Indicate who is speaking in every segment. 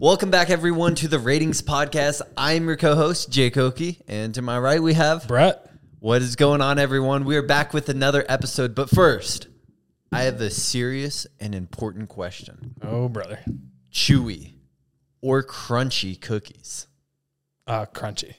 Speaker 1: Welcome back, everyone, to the Ratings Podcast. I'm your co host, Jay Okie, and to my right, we have
Speaker 2: Brett.
Speaker 1: What is going on, everyone? We are back with another episode, but first, I have a serious and important question
Speaker 2: Oh, brother.
Speaker 1: chewy or crunchy cookies?
Speaker 2: Uh, crunchy.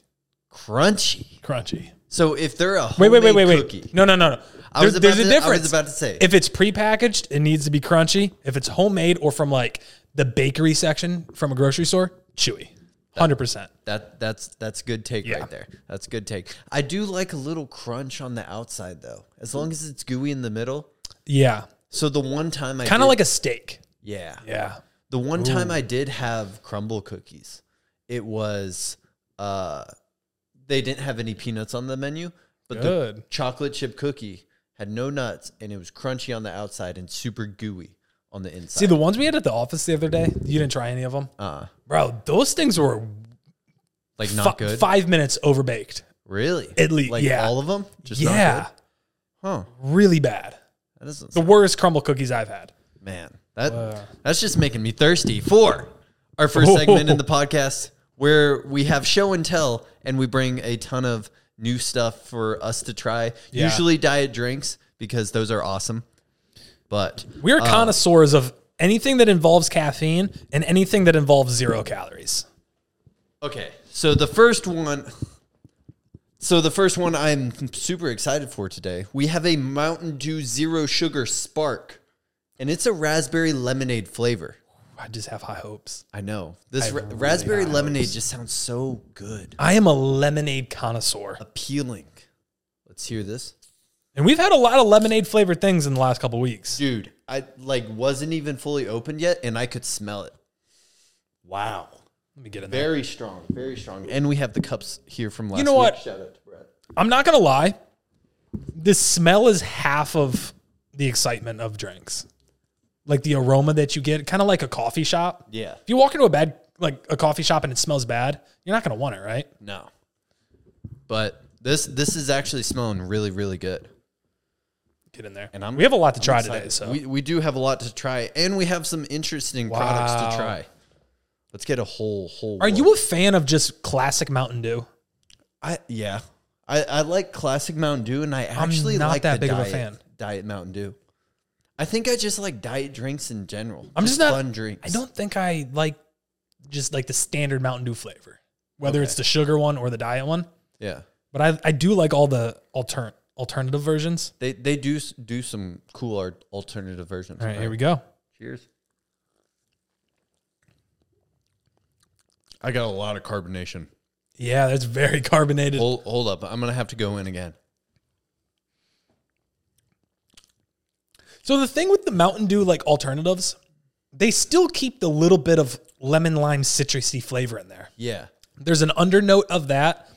Speaker 1: Crunchy.
Speaker 2: Crunchy.
Speaker 1: So if they're a
Speaker 2: Wait,
Speaker 1: homemade
Speaker 2: wait, wait, wait,
Speaker 1: cookie,
Speaker 2: wait. No, no, no, no.
Speaker 1: I was
Speaker 2: There-
Speaker 1: about
Speaker 2: there's a
Speaker 1: to- I was
Speaker 2: difference.
Speaker 1: about to say.
Speaker 2: If it's prepackaged, it needs to be crunchy. If it's homemade or from like the bakery section from a grocery store, chewy. 100%.
Speaker 1: That that's that's good take right there. That's good take. I do like a little crunch on the outside though, as long as it's gooey in the middle.
Speaker 2: Yeah.
Speaker 1: So the one time I
Speaker 2: Kind
Speaker 1: did-
Speaker 2: of like a steak.
Speaker 1: yeah,
Speaker 2: Yeah.
Speaker 1: the one time I did have crumble cookies, it was uh they didn't have any peanuts on the menu, but the
Speaker 2: Good.
Speaker 1: chocolate chip cookie had no nuts and it was crunchy on the outside and super gooey on the inside.
Speaker 2: See, the ones we had at the office the other day, you didn't try any of them?
Speaker 1: uh,
Speaker 2: Bro, those things were
Speaker 1: like
Speaker 2: fi-
Speaker 1: not good.
Speaker 2: five minutes overbaked.
Speaker 1: really?
Speaker 2: at least-
Speaker 1: like
Speaker 2: yeah.
Speaker 1: all of them, just
Speaker 2: yeah.
Speaker 1: Not good? Huh?
Speaker 2: Really bad.
Speaker 1: That doesn't
Speaker 2: The worst crumble cookies I've had.
Speaker 1: Man, that that's just making me thirsty. For our first segment in the podcast, where we have show and tell, and we bring a ton of new stuff for us to try.
Speaker 2: Yeah.
Speaker 1: Usually diet drinks because those are awesome. But
Speaker 2: We are connoisseurs of anything that involves caffeine and anything that involves zero calories.
Speaker 1: okay, so the first one. So the first one I'm super excited for today. We have a Mountain Dew Zero Sugar Spark, and it's a raspberry lemonade flavor.
Speaker 2: I just have high hopes.
Speaker 1: I know this ra- raspberry lemonade just sounds so good.
Speaker 2: I am a lemonade connoisseur.
Speaker 1: appealing. Let's hear this.
Speaker 2: And we've had a lot of lemonade flavored things in the last couple weeks.
Speaker 1: Dude, I like wasn't even fully opened yet and I could smell it. Wow.
Speaker 2: Let me get in there.
Speaker 1: Very strong, very strong. And we have the cups here from last
Speaker 2: know
Speaker 1: week.
Speaker 2: what?
Speaker 1: Shout out to Brett.
Speaker 2: I'm not going to lie. The smell is half of the excitement of drinks. Like the aroma that you get, kind of like a coffee shop.
Speaker 1: Yeah.
Speaker 2: If you walk into a bad, like a coffee shop and it smells bad, you're not going to want it, right?
Speaker 1: No. But this this is actually smelling really, really good.
Speaker 2: Get in there.
Speaker 1: And I'm-
Speaker 2: we have a lot to try
Speaker 1: excited.
Speaker 2: today. So
Speaker 1: we, we do have a lot to try and we have some interesting products to
Speaker 2: Wow.
Speaker 1: try. Let's get a whole whole
Speaker 2: are
Speaker 1: one.
Speaker 2: you a fan of just classic Mountain Dew?
Speaker 1: I yeah. I, I like classic Mountain Dew, and I actually
Speaker 2: not
Speaker 1: like
Speaker 2: that
Speaker 1: the
Speaker 2: big of a
Speaker 1: diet,
Speaker 2: fan.
Speaker 1: Diet Mountain Dew. I think I just like diet drinks in general.
Speaker 2: I'm just not-
Speaker 1: fun drinks.
Speaker 2: I don't think I like just like the standard Mountain Dew flavor, whether it's the sugar one or the diet one.
Speaker 1: Yeah,
Speaker 2: But I, I do like all the altern alternative versions.
Speaker 1: they they do s- do some cool art alternative versions.
Speaker 2: All right, here we go.
Speaker 1: Cheers. I got a lot of carbonation.
Speaker 2: Yeah, that's very carbonated.
Speaker 1: Hold, hold up, I'm gonna have to go in again.
Speaker 2: So the thing with the Mountain Dew like alternatives, they still keep the little bit of lemon lime citrusy flavor in there.
Speaker 1: Yeah,
Speaker 2: There's an undernote of that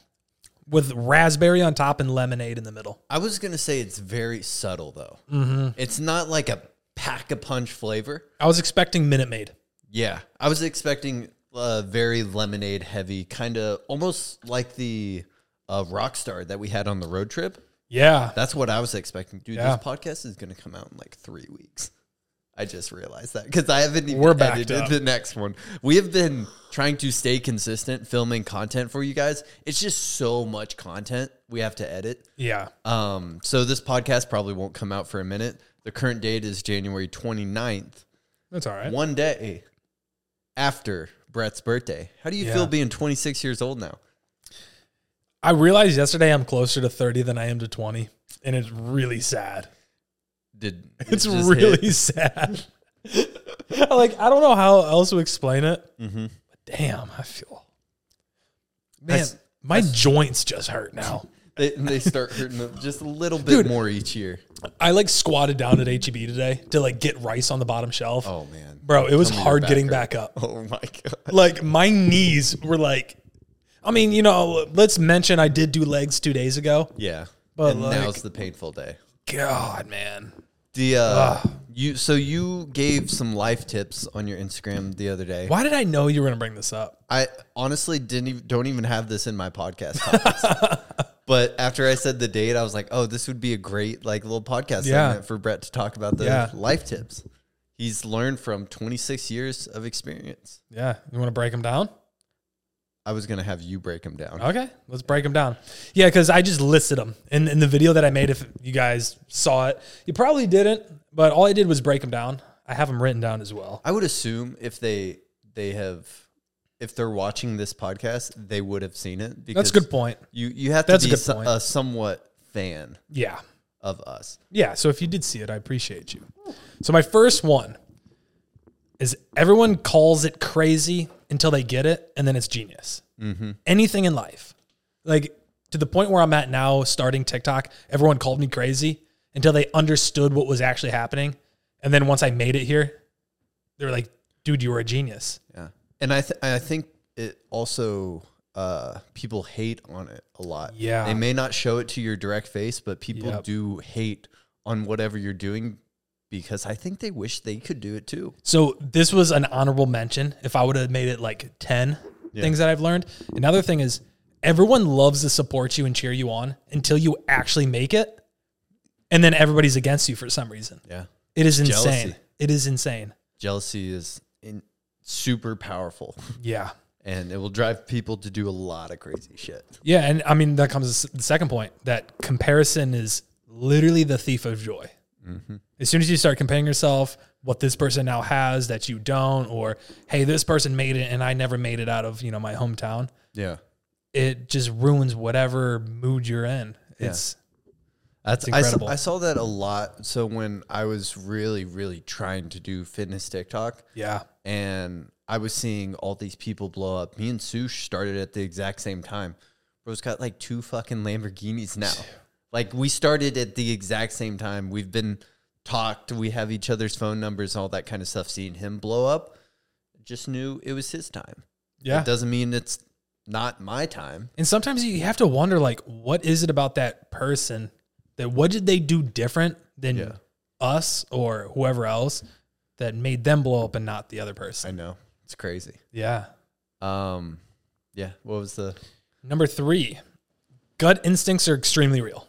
Speaker 2: with raspberry on top and lemonade in the middle.
Speaker 1: I was gonna say it's very subtle though.
Speaker 2: Mm-hmm.
Speaker 1: It's not like a pack a punch flavor.
Speaker 2: I was expecting Minute Maid.
Speaker 1: Yeah, I was expecting uh, very lemonade heavy, kind of almost like the uh, rock star that we had on the road trip.
Speaker 2: Yeah.
Speaker 1: That's what I was expecting. Dude,
Speaker 2: Yeah.
Speaker 1: this podcast is going to come out in like three weeks. I just realized that because I haven't even
Speaker 2: We're backed
Speaker 1: edited
Speaker 2: up.
Speaker 1: the next one. We have been trying to stay consistent filming content for you guys. It's just so much content we have to edit.
Speaker 2: Yeah.
Speaker 1: Um, so this podcast probably won't come out for a minute. The current date is January 29th
Speaker 2: That's all right.
Speaker 1: one day after Brett's birthday. How do you
Speaker 2: Yeah.
Speaker 1: feel being 26 years old now?
Speaker 2: I realized yesterday I'm closer to 30 than I am to 20, and it's really sad.
Speaker 1: Did it
Speaker 2: It's
Speaker 1: just
Speaker 2: really
Speaker 1: hit?
Speaker 2: sad. like I don't know how else to explain it.
Speaker 1: Mm-hmm.
Speaker 2: But damn, I feel man,
Speaker 1: That's-
Speaker 2: my joints just hurt now.
Speaker 1: they, they start hurting them just a little bit more each year.
Speaker 2: I like squatted down at HEB today to like get rice on the bottom shelf.
Speaker 1: Oh man,
Speaker 2: Bro, it was
Speaker 1: Tell me your
Speaker 2: hard getting
Speaker 1: hurt.
Speaker 2: back up.
Speaker 1: Oh my god,
Speaker 2: Like my knees were like I mean, you know, let's mention I did do legs 2 days ago.
Speaker 1: yeah.
Speaker 2: But,
Speaker 1: and
Speaker 2: like-
Speaker 1: now's the painful day.
Speaker 2: God, man.
Speaker 1: The uh, you so you gave some life tips on your Instagram the other day.
Speaker 2: Why did I know you were going to bring this up?
Speaker 1: I honestly didn't even, don't even have this in my podcast. topics. but after I said the date, I was like, "Oh, this would be a great like little podcast
Speaker 2: Yeah.
Speaker 1: segment for Brett to talk about the
Speaker 2: Yeah.
Speaker 1: life tips." He's learned from 26 years of experience.
Speaker 2: Yeah. You want to break them down?
Speaker 1: I was going to have you break him down.
Speaker 2: Okay, let's break them down. Yeah, because I just listed them in, in the video that I made. If you guys saw it, you probably didn't, but all I did was break them down. I have them written down as well.
Speaker 1: I would assume if they they have if they're watching this podcast, they would have seen it
Speaker 2: That's
Speaker 1: because
Speaker 2: a good point.
Speaker 1: you you have to
Speaker 2: That's a
Speaker 1: be
Speaker 2: good
Speaker 1: so-
Speaker 2: point.
Speaker 1: a somewhat fan
Speaker 2: Yeah.
Speaker 1: of us.
Speaker 2: Yeah. So if you did see it, I appreciate you. So my first one is everyone calls it crazy until they get it, and then it's genius. Anything in life, like to the point where I'm at now, starting TikTok, everyone called me crazy until they understood what was actually happening, and then once I made it here, they were like, "Dude, you were a genius."
Speaker 1: Yeah. And I th- I think it also uh people hate on it a lot.
Speaker 2: Yeah.
Speaker 1: They may not show it to your direct face, but people
Speaker 2: Yep.
Speaker 1: do hate on whatever you're doing because I think they wish they could do it too.
Speaker 2: So this was an honorable mention. If I would have made it like 10 things that I've learned. Another thing is everyone loves to support you and cheer you on until you actually make it. And then everybody's against you for some reason.
Speaker 1: Yeah.
Speaker 2: It is
Speaker 1: jealousy.
Speaker 2: insane. It is insane.
Speaker 1: Jealousy is in super powerful
Speaker 2: Yeah.
Speaker 1: and it will drive people to do a lot of crazy shit.
Speaker 2: Yeah. And I mean, that comes to the second point that comparison is literally the thief of joy.
Speaker 1: Mm-hmm.
Speaker 2: As soon as you start comparing yourself, what this person now has that you don't, or hey, this person made it and I never made it out of, you know, my hometown.
Speaker 1: Yeah.
Speaker 2: it just ruins whatever mood you're in. It's
Speaker 1: That's
Speaker 2: It's incredible.
Speaker 1: I, saw, I saw that a lot. So when I was really, really trying to do fitness TikTok,
Speaker 2: yeah.
Speaker 1: and I was seeing all these people blow up. Me and Sush started at the exact same time. Bro's got like two fucking Lamborghinis now. Like we started at the exact same time. We've been talked. We have each other's phone numbers, all that kind of stuff. Seeing him blow up, just knew it was his time.
Speaker 2: Yeah.
Speaker 1: It doesn't mean it's not my time.
Speaker 2: And sometimes you have to wonder like what is it about that person that what did they do different than
Speaker 1: Yeah.
Speaker 2: us or whoever else that made them blow up and not the other person?
Speaker 1: I know it's crazy.
Speaker 2: Yeah.
Speaker 1: Um, yeah. What was the
Speaker 2: Number 3. Gut instincts are extremely real.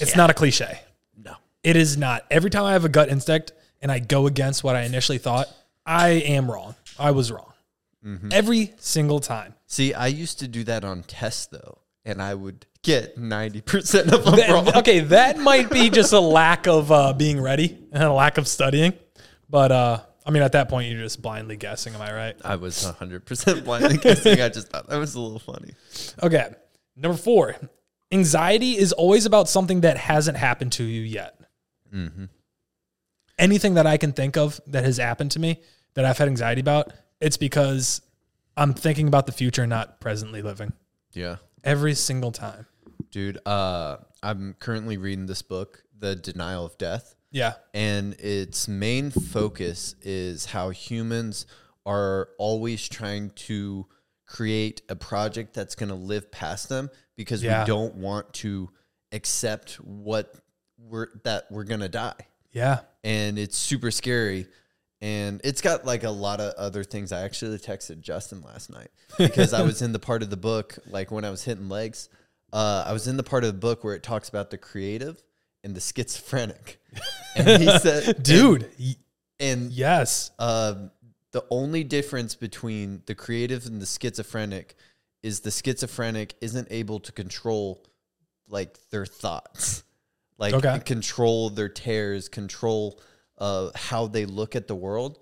Speaker 2: It's not a cliche.
Speaker 1: no?
Speaker 2: It is not. Every time I have a gut instinct and I go against what I initially thought, I am wrong. I was wrong. Every single time.
Speaker 1: See, I used to do that on tests though, and I would get ninety percent of them
Speaker 2: That-
Speaker 1: wrong.
Speaker 2: okay, that might be just a lack of uh, being ready and a lack of studying. But uh, I mean, at that point, you're just blindly guessing. Am I right?
Speaker 1: I was 100% blindly guessing. I just thought that was a little funny.
Speaker 2: Okay. Number four, anxiety is always about something that hasn't happened to you yet.
Speaker 1: Mm-hmm.
Speaker 2: Anything that I can think of that has happened to me that I've had anxiety about, it's because I'm thinking about the future, and not presently living.
Speaker 1: Yeah.
Speaker 2: Every single time.
Speaker 1: Dude, uh, I'm currently reading this book, The Denial of Death,
Speaker 2: Yeah.
Speaker 1: and its main focus is how humans are always trying to create a project that's going to live past them because
Speaker 2: Yeah.
Speaker 1: we don't want to accept what we're that we're going to die.
Speaker 2: Yeah.
Speaker 1: and it's super scary. And it's got like a lot of other things. I actually texted Justin last night because I was in the part of the book, like when I was hitting legs, uh, I was in the part of the book where it talks about the creative and the schizophrenic. And he said,
Speaker 2: Dude. y-
Speaker 1: and
Speaker 2: yes.
Speaker 1: um, the only difference between the creative and the schizophrenic is the schizophrenic isn't able to control like their thoughts like
Speaker 2: Okay.
Speaker 1: control their tears control uh, how they look at the world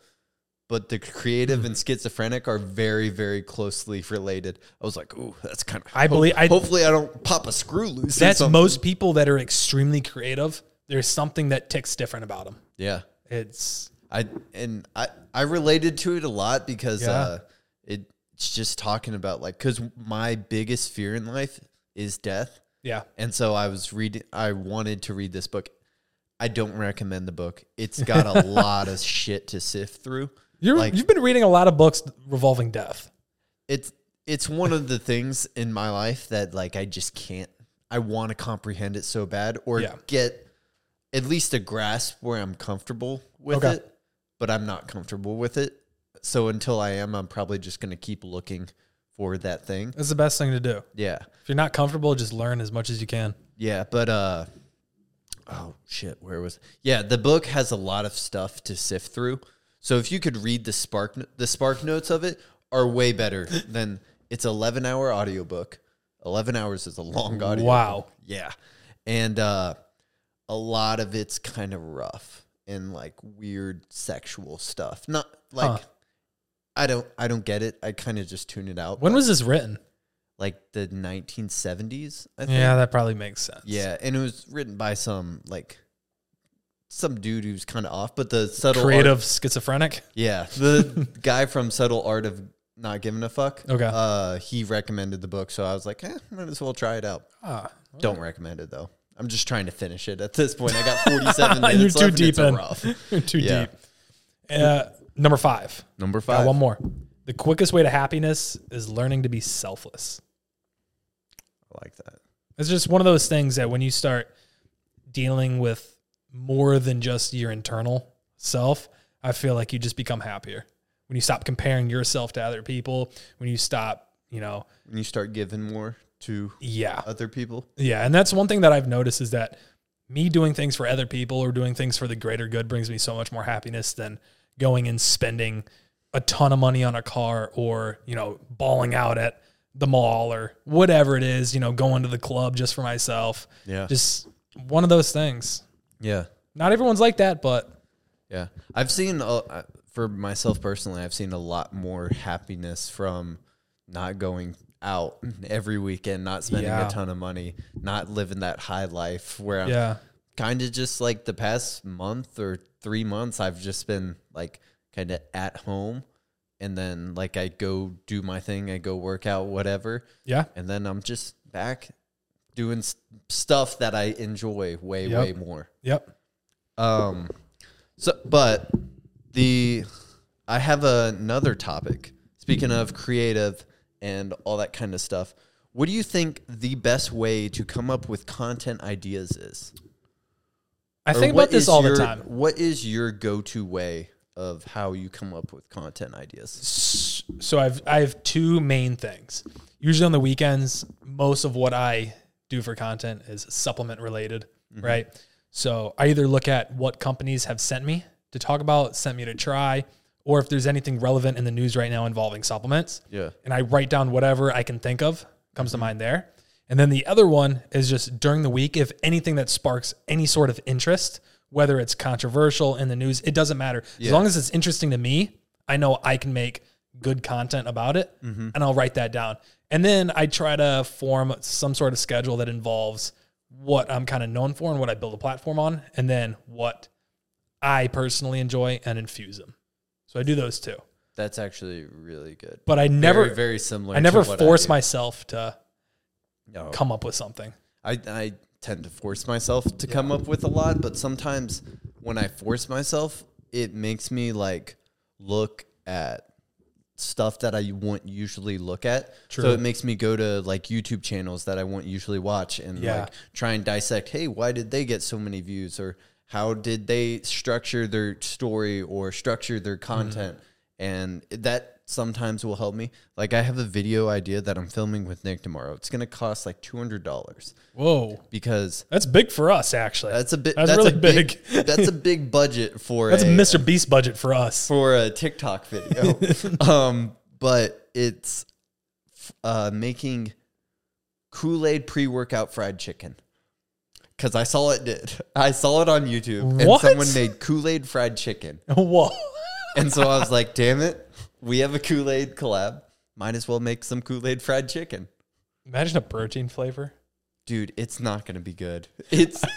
Speaker 1: but the creative
Speaker 2: Hmm.
Speaker 1: and schizophrenic are very very closely related i was like ooh that's kind of
Speaker 2: I believe- I-
Speaker 1: hopefully i don't pop a screw loose or
Speaker 2: That's
Speaker 1: something.
Speaker 2: most people that are extremely creative. There's something that ticks different about them.
Speaker 1: yeah
Speaker 2: It's
Speaker 1: I and I I related to it a lot because
Speaker 2: Yeah.
Speaker 1: uh, it, it's just talking about like because my biggest fear in life is death,
Speaker 2: yeah,
Speaker 1: and so I was reading. I wanted to read this book. I don't recommend the book. It's got a lot of shit to sift through.
Speaker 2: you're,
Speaker 1: Like-
Speaker 2: you've been reading a lot of books revolving death.
Speaker 1: It's it's one of the things in my life that like I just can't. I want to comprehend it so bad or
Speaker 2: Yeah.
Speaker 1: get at least a grasp where I'm comfortable with
Speaker 2: Okay.
Speaker 1: it, but I'm not comfortable with it. So until I am, I'm probably just going to keep looking for that thing.
Speaker 2: That's the best thing to do.
Speaker 1: Yeah.
Speaker 2: If you're not comfortable, just learn as much as you can.
Speaker 1: Yeah, but uh oh shit, where was? Yeah, the book has a lot of stuff to sift through. So if you could read the spark, the spark notes of it are way better than it's eleven hour audiobook. Eleven hours is a long audio.
Speaker 2: Wow.
Speaker 1: Yeah, and uh, a lot of it's kind of rough and like weird sexual stuff. Not like
Speaker 2: Huh.
Speaker 1: I don't I don't get it. I kind of just tune it out.
Speaker 2: When was this written?
Speaker 1: like the 1970s? I think.
Speaker 2: Yeah, that probably makes sense.
Speaker 1: Yeah, and it was written by some like some dude who's kind of off, but the subtle art-
Speaker 2: Creative schizophrenic.
Speaker 1: yeah, the guy from Subtle Art of Not Giving a Fuck.
Speaker 2: Okay.
Speaker 1: uh, he recommended the book, so I was like, eh, might as well try it out.
Speaker 2: Ah.
Speaker 1: Don't recommend it though. I'm just trying to finish it at this point. I got 47
Speaker 2: You're
Speaker 1: minutes
Speaker 2: too
Speaker 1: left, and
Speaker 2: deep
Speaker 1: it's a
Speaker 2: in.
Speaker 1: rough.
Speaker 2: Too
Speaker 1: Yeah.
Speaker 2: deep. Uh, number five.
Speaker 1: Number five.
Speaker 2: Got one more. The quickest way to happiness is learning to be selfless.
Speaker 1: I like that.
Speaker 2: It's just one of those things that when you start dealing with more than just your internal self, I feel like you just become happier. When you stop comparing yourself to other people, when you stop, you know,
Speaker 1: When you start giving more to
Speaker 2: yeah.
Speaker 1: other people,
Speaker 2: Yeah, and that's one thing that I've noticed is that me doing things for other people or doing things for the greater good brings me so much more happiness than going and spending a ton of money on a car or, you know, balling out at the mall or whatever it is, you know, going to the club just for myself.
Speaker 1: yeah,
Speaker 2: Just one of those things.
Speaker 1: yeah.
Speaker 2: Not everyone's like that, but
Speaker 1: Yeah, I've seen a- uh, for myself personally, I've seen a lot more happiness from not going out every weekend, not spending
Speaker 2: Yeah.
Speaker 1: a ton of money, not living that high life. Where I'm
Speaker 2: yeah.
Speaker 1: kind of just like the past month or three months, I've just been like kind of at home, and then like I go do my thing, I go work out, whatever,
Speaker 2: Yeah.
Speaker 1: and then I'm just back doing s- stuff that I enjoy way
Speaker 2: Yep.
Speaker 1: way more.
Speaker 2: Yep.
Speaker 1: Um, so, but the I have another topic. Speaking of creative and all that kind of stuff, what do you think the best way to come up with content ideas is?
Speaker 2: I
Speaker 1: Or
Speaker 2: think
Speaker 1: what
Speaker 2: about this
Speaker 1: is
Speaker 2: all
Speaker 1: your-
Speaker 2: the time.
Speaker 1: What is your go-to way of how you come up with content ideas?
Speaker 2: so I've I have two main things. Usually on the weekends, most of what I do for content is supplement related, right? So I either look at what companies have sent me to talk about, sent me to try, or if there's anything relevant in the news right now involving supplements,
Speaker 1: Yeah.
Speaker 2: and I write down whatever I can think of comes
Speaker 1: Mm-hmm.
Speaker 2: to mind there. And then the other one is just during the week, if anything that sparks any sort of interest, whether it's controversial in the news, it doesn't matter. As long as it's interesting to me, I know I can make good content about it
Speaker 1: Mm-hmm.
Speaker 2: and I'll write that down. And then I try to form some sort of schedule that involves what I'm kind of known for and what I build a platform on, and then what I personally enjoy and infuse them. So I do those two.
Speaker 1: That's actually really good.
Speaker 2: But I never
Speaker 1: very, very similar.
Speaker 2: I never
Speaker 1: to what
Speaker 2: force
Speaker 1: do.
Speaker 2: myself to
Speaker 1: No.
Speaker 2: come up with something.
Speaker 1: I, I tend to force myself to come up with a lot, but sometimes when I force myself, it makes me like look at stuff that I won't usually look at.
Speaker 2: True.
Speaker 1: So it makes me go to like YouTube channels that I won't usually watch and
Speaker 2: Yeah.
Speaker 1: like try and dissect, hey, why did they get so many views or how did they structure their story or structure their
Speaker 2: Mm-hmm.
Speaker 1: content? And that sometimes will help me. Like I have a video idea that I'm filming with Nick tomorrow. It's going to cost like $200
Speaker 2: Whoa,
Speaker 1: because
Speaker 2: that's big for us, actually. That's,
Speaker 1: that's a bit
Speaker 2: That's
Speaker 1: that's,
Speaker 2: really
Speaker 1: a big, that's a big budget for
Speaker 2: a
Speaker 1: a,
Speaker 2: Mr. Beast budget for us.
Speaker 1: for a TikTok video. um, but it's f- uh, making Kool Aid pre workout fried chicken. Cause I saw it did. I saw it on YouTube, and
Speaker 2: What?
Speaker 1: someone made Kool Aid fried chicken,
Speaker 2: Whoa,
Speaker 1: and so I was like, "Damn it, we have a Kool Aid collab. Might as well make some Kool Aid fried chicken."
Speaker 2: imagine a protein flavor.
Speaker 1: dude, it's not gonna be good. It's.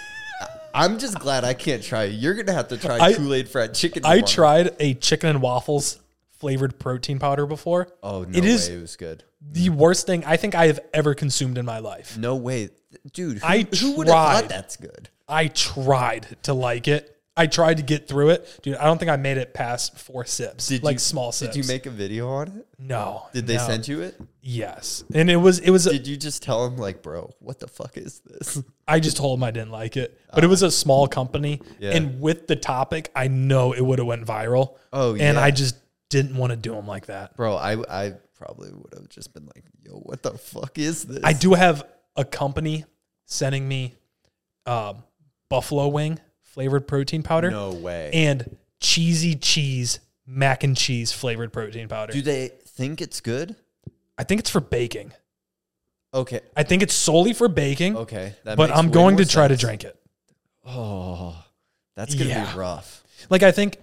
Speaker 1: I'm just glad I can't try. it. You're gonna have to try
Speaker 2: I-
Speaker 1: Kool Aid fried chicken.
Speaker 2: I
Speaker 1: tomorrow.
Speaker 2: tried a chicken and waffles flavored protein powder before.
Speaker 1: Oh no
Speaker 2: It
Speaker 1: way!
Speaker 2: is-
Speaker 1: It was good.
Speaker 2: The worst thing I think I have ever consumed in my life.
Speaker 1: No way, dude. Who,
Speaker 2: I
Speaker 1: who would have thought
Speaker 2: tried.
Speaker 1: that's good?
Speaker 2: I tried to like it. I tried to get through it, dude. I don't think I made it past four sips,
Speaker 1: Did
Speaker 2: like
Speaker 1: you-
Speaker 2: small sips.
Speaker 1: Did you make a video on it?
Speaker 2: No.
Speaker 1: Did they
Speaker 2: no.
Speaker 1: send you it?
Speaker 2: Yes, and it was it was a-
Speaker 1: Did you just tell them like, bro, what the fuck is this?
Speaker 2: I just told him I didn't like it, but it was a small company,
Speaker 1: Yeah.
Speaker 2: and with the topic, I know it would have went viral.
Speaker 1: Oh,
Speaker 2: and
Speaker 1: yeah.
Speaker 2: I just didn't want to do them like that.
Speaker 1: Bro, I I probably would have just been like, yo, what the fuck is this?
Speaker 2: I do have a company sending me um, buffalo wing flavored protein powder
Speaker 1: No way.
Speaker 2: and cheesy cheese mac and cheese flavored protein powder.
Speaker 1: Do they think it's good?
Speaker 2: I think it's for baking.
Speaker 1: Okay.
Speaker 2: I think it's solely for baking,
Speaker 1: Okay. That
Speaker 2: but
Speaker 1: makes
Speaker 2: I'm
Speaker 1: way
Speaker 2: going
Speaker 1: more
Speaker 2: to try
Speaker 1: sense.
Speaker 2: to drink it.
Speaker 1: Oh, that's gonna
Speaker 2: Yeah.
Speaker 1: be rough.
Speaker 2: Like I think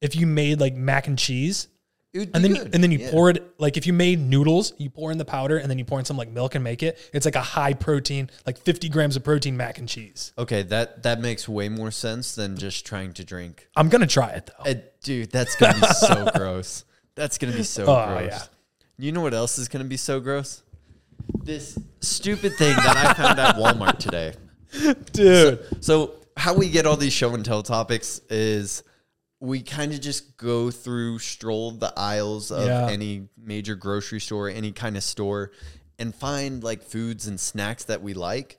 Speaker 2: if you made like mac and cheese
Speaker 1: It would be
Speaker 2: and then
Speaker 1: good.
Speaker 2: and then you
Speaker 1: Yeah.
Speaker 2: pour it like if you made noodles, you pour in the powder and then you pour in some like milk and make it. It's like a high protein, like 50 grams of protein mac and cheese.
Speaker 1: Okay, that that makes way more sense than just trying to drink.
Speaker 2: I'm gonna try it though.
Speaker 1: Uh, dude, that's gonna be so gross. That's gonna be so
Speaker 2: Oh,
Speaker 1: gross.
Speaker 2: yeah.
Speaker 1: You know what else is gonna be so gross? This stupid thing that I found at Walmart today.
Speaker 2: Dude.
Speaker 1: So how we get all these show and tell topics is we kind of just go through, stroll the aisles of
Speaker 2: Yeah.
Speaker 1: any major grocery store, any kind of store, and find like foods and snacks that we like.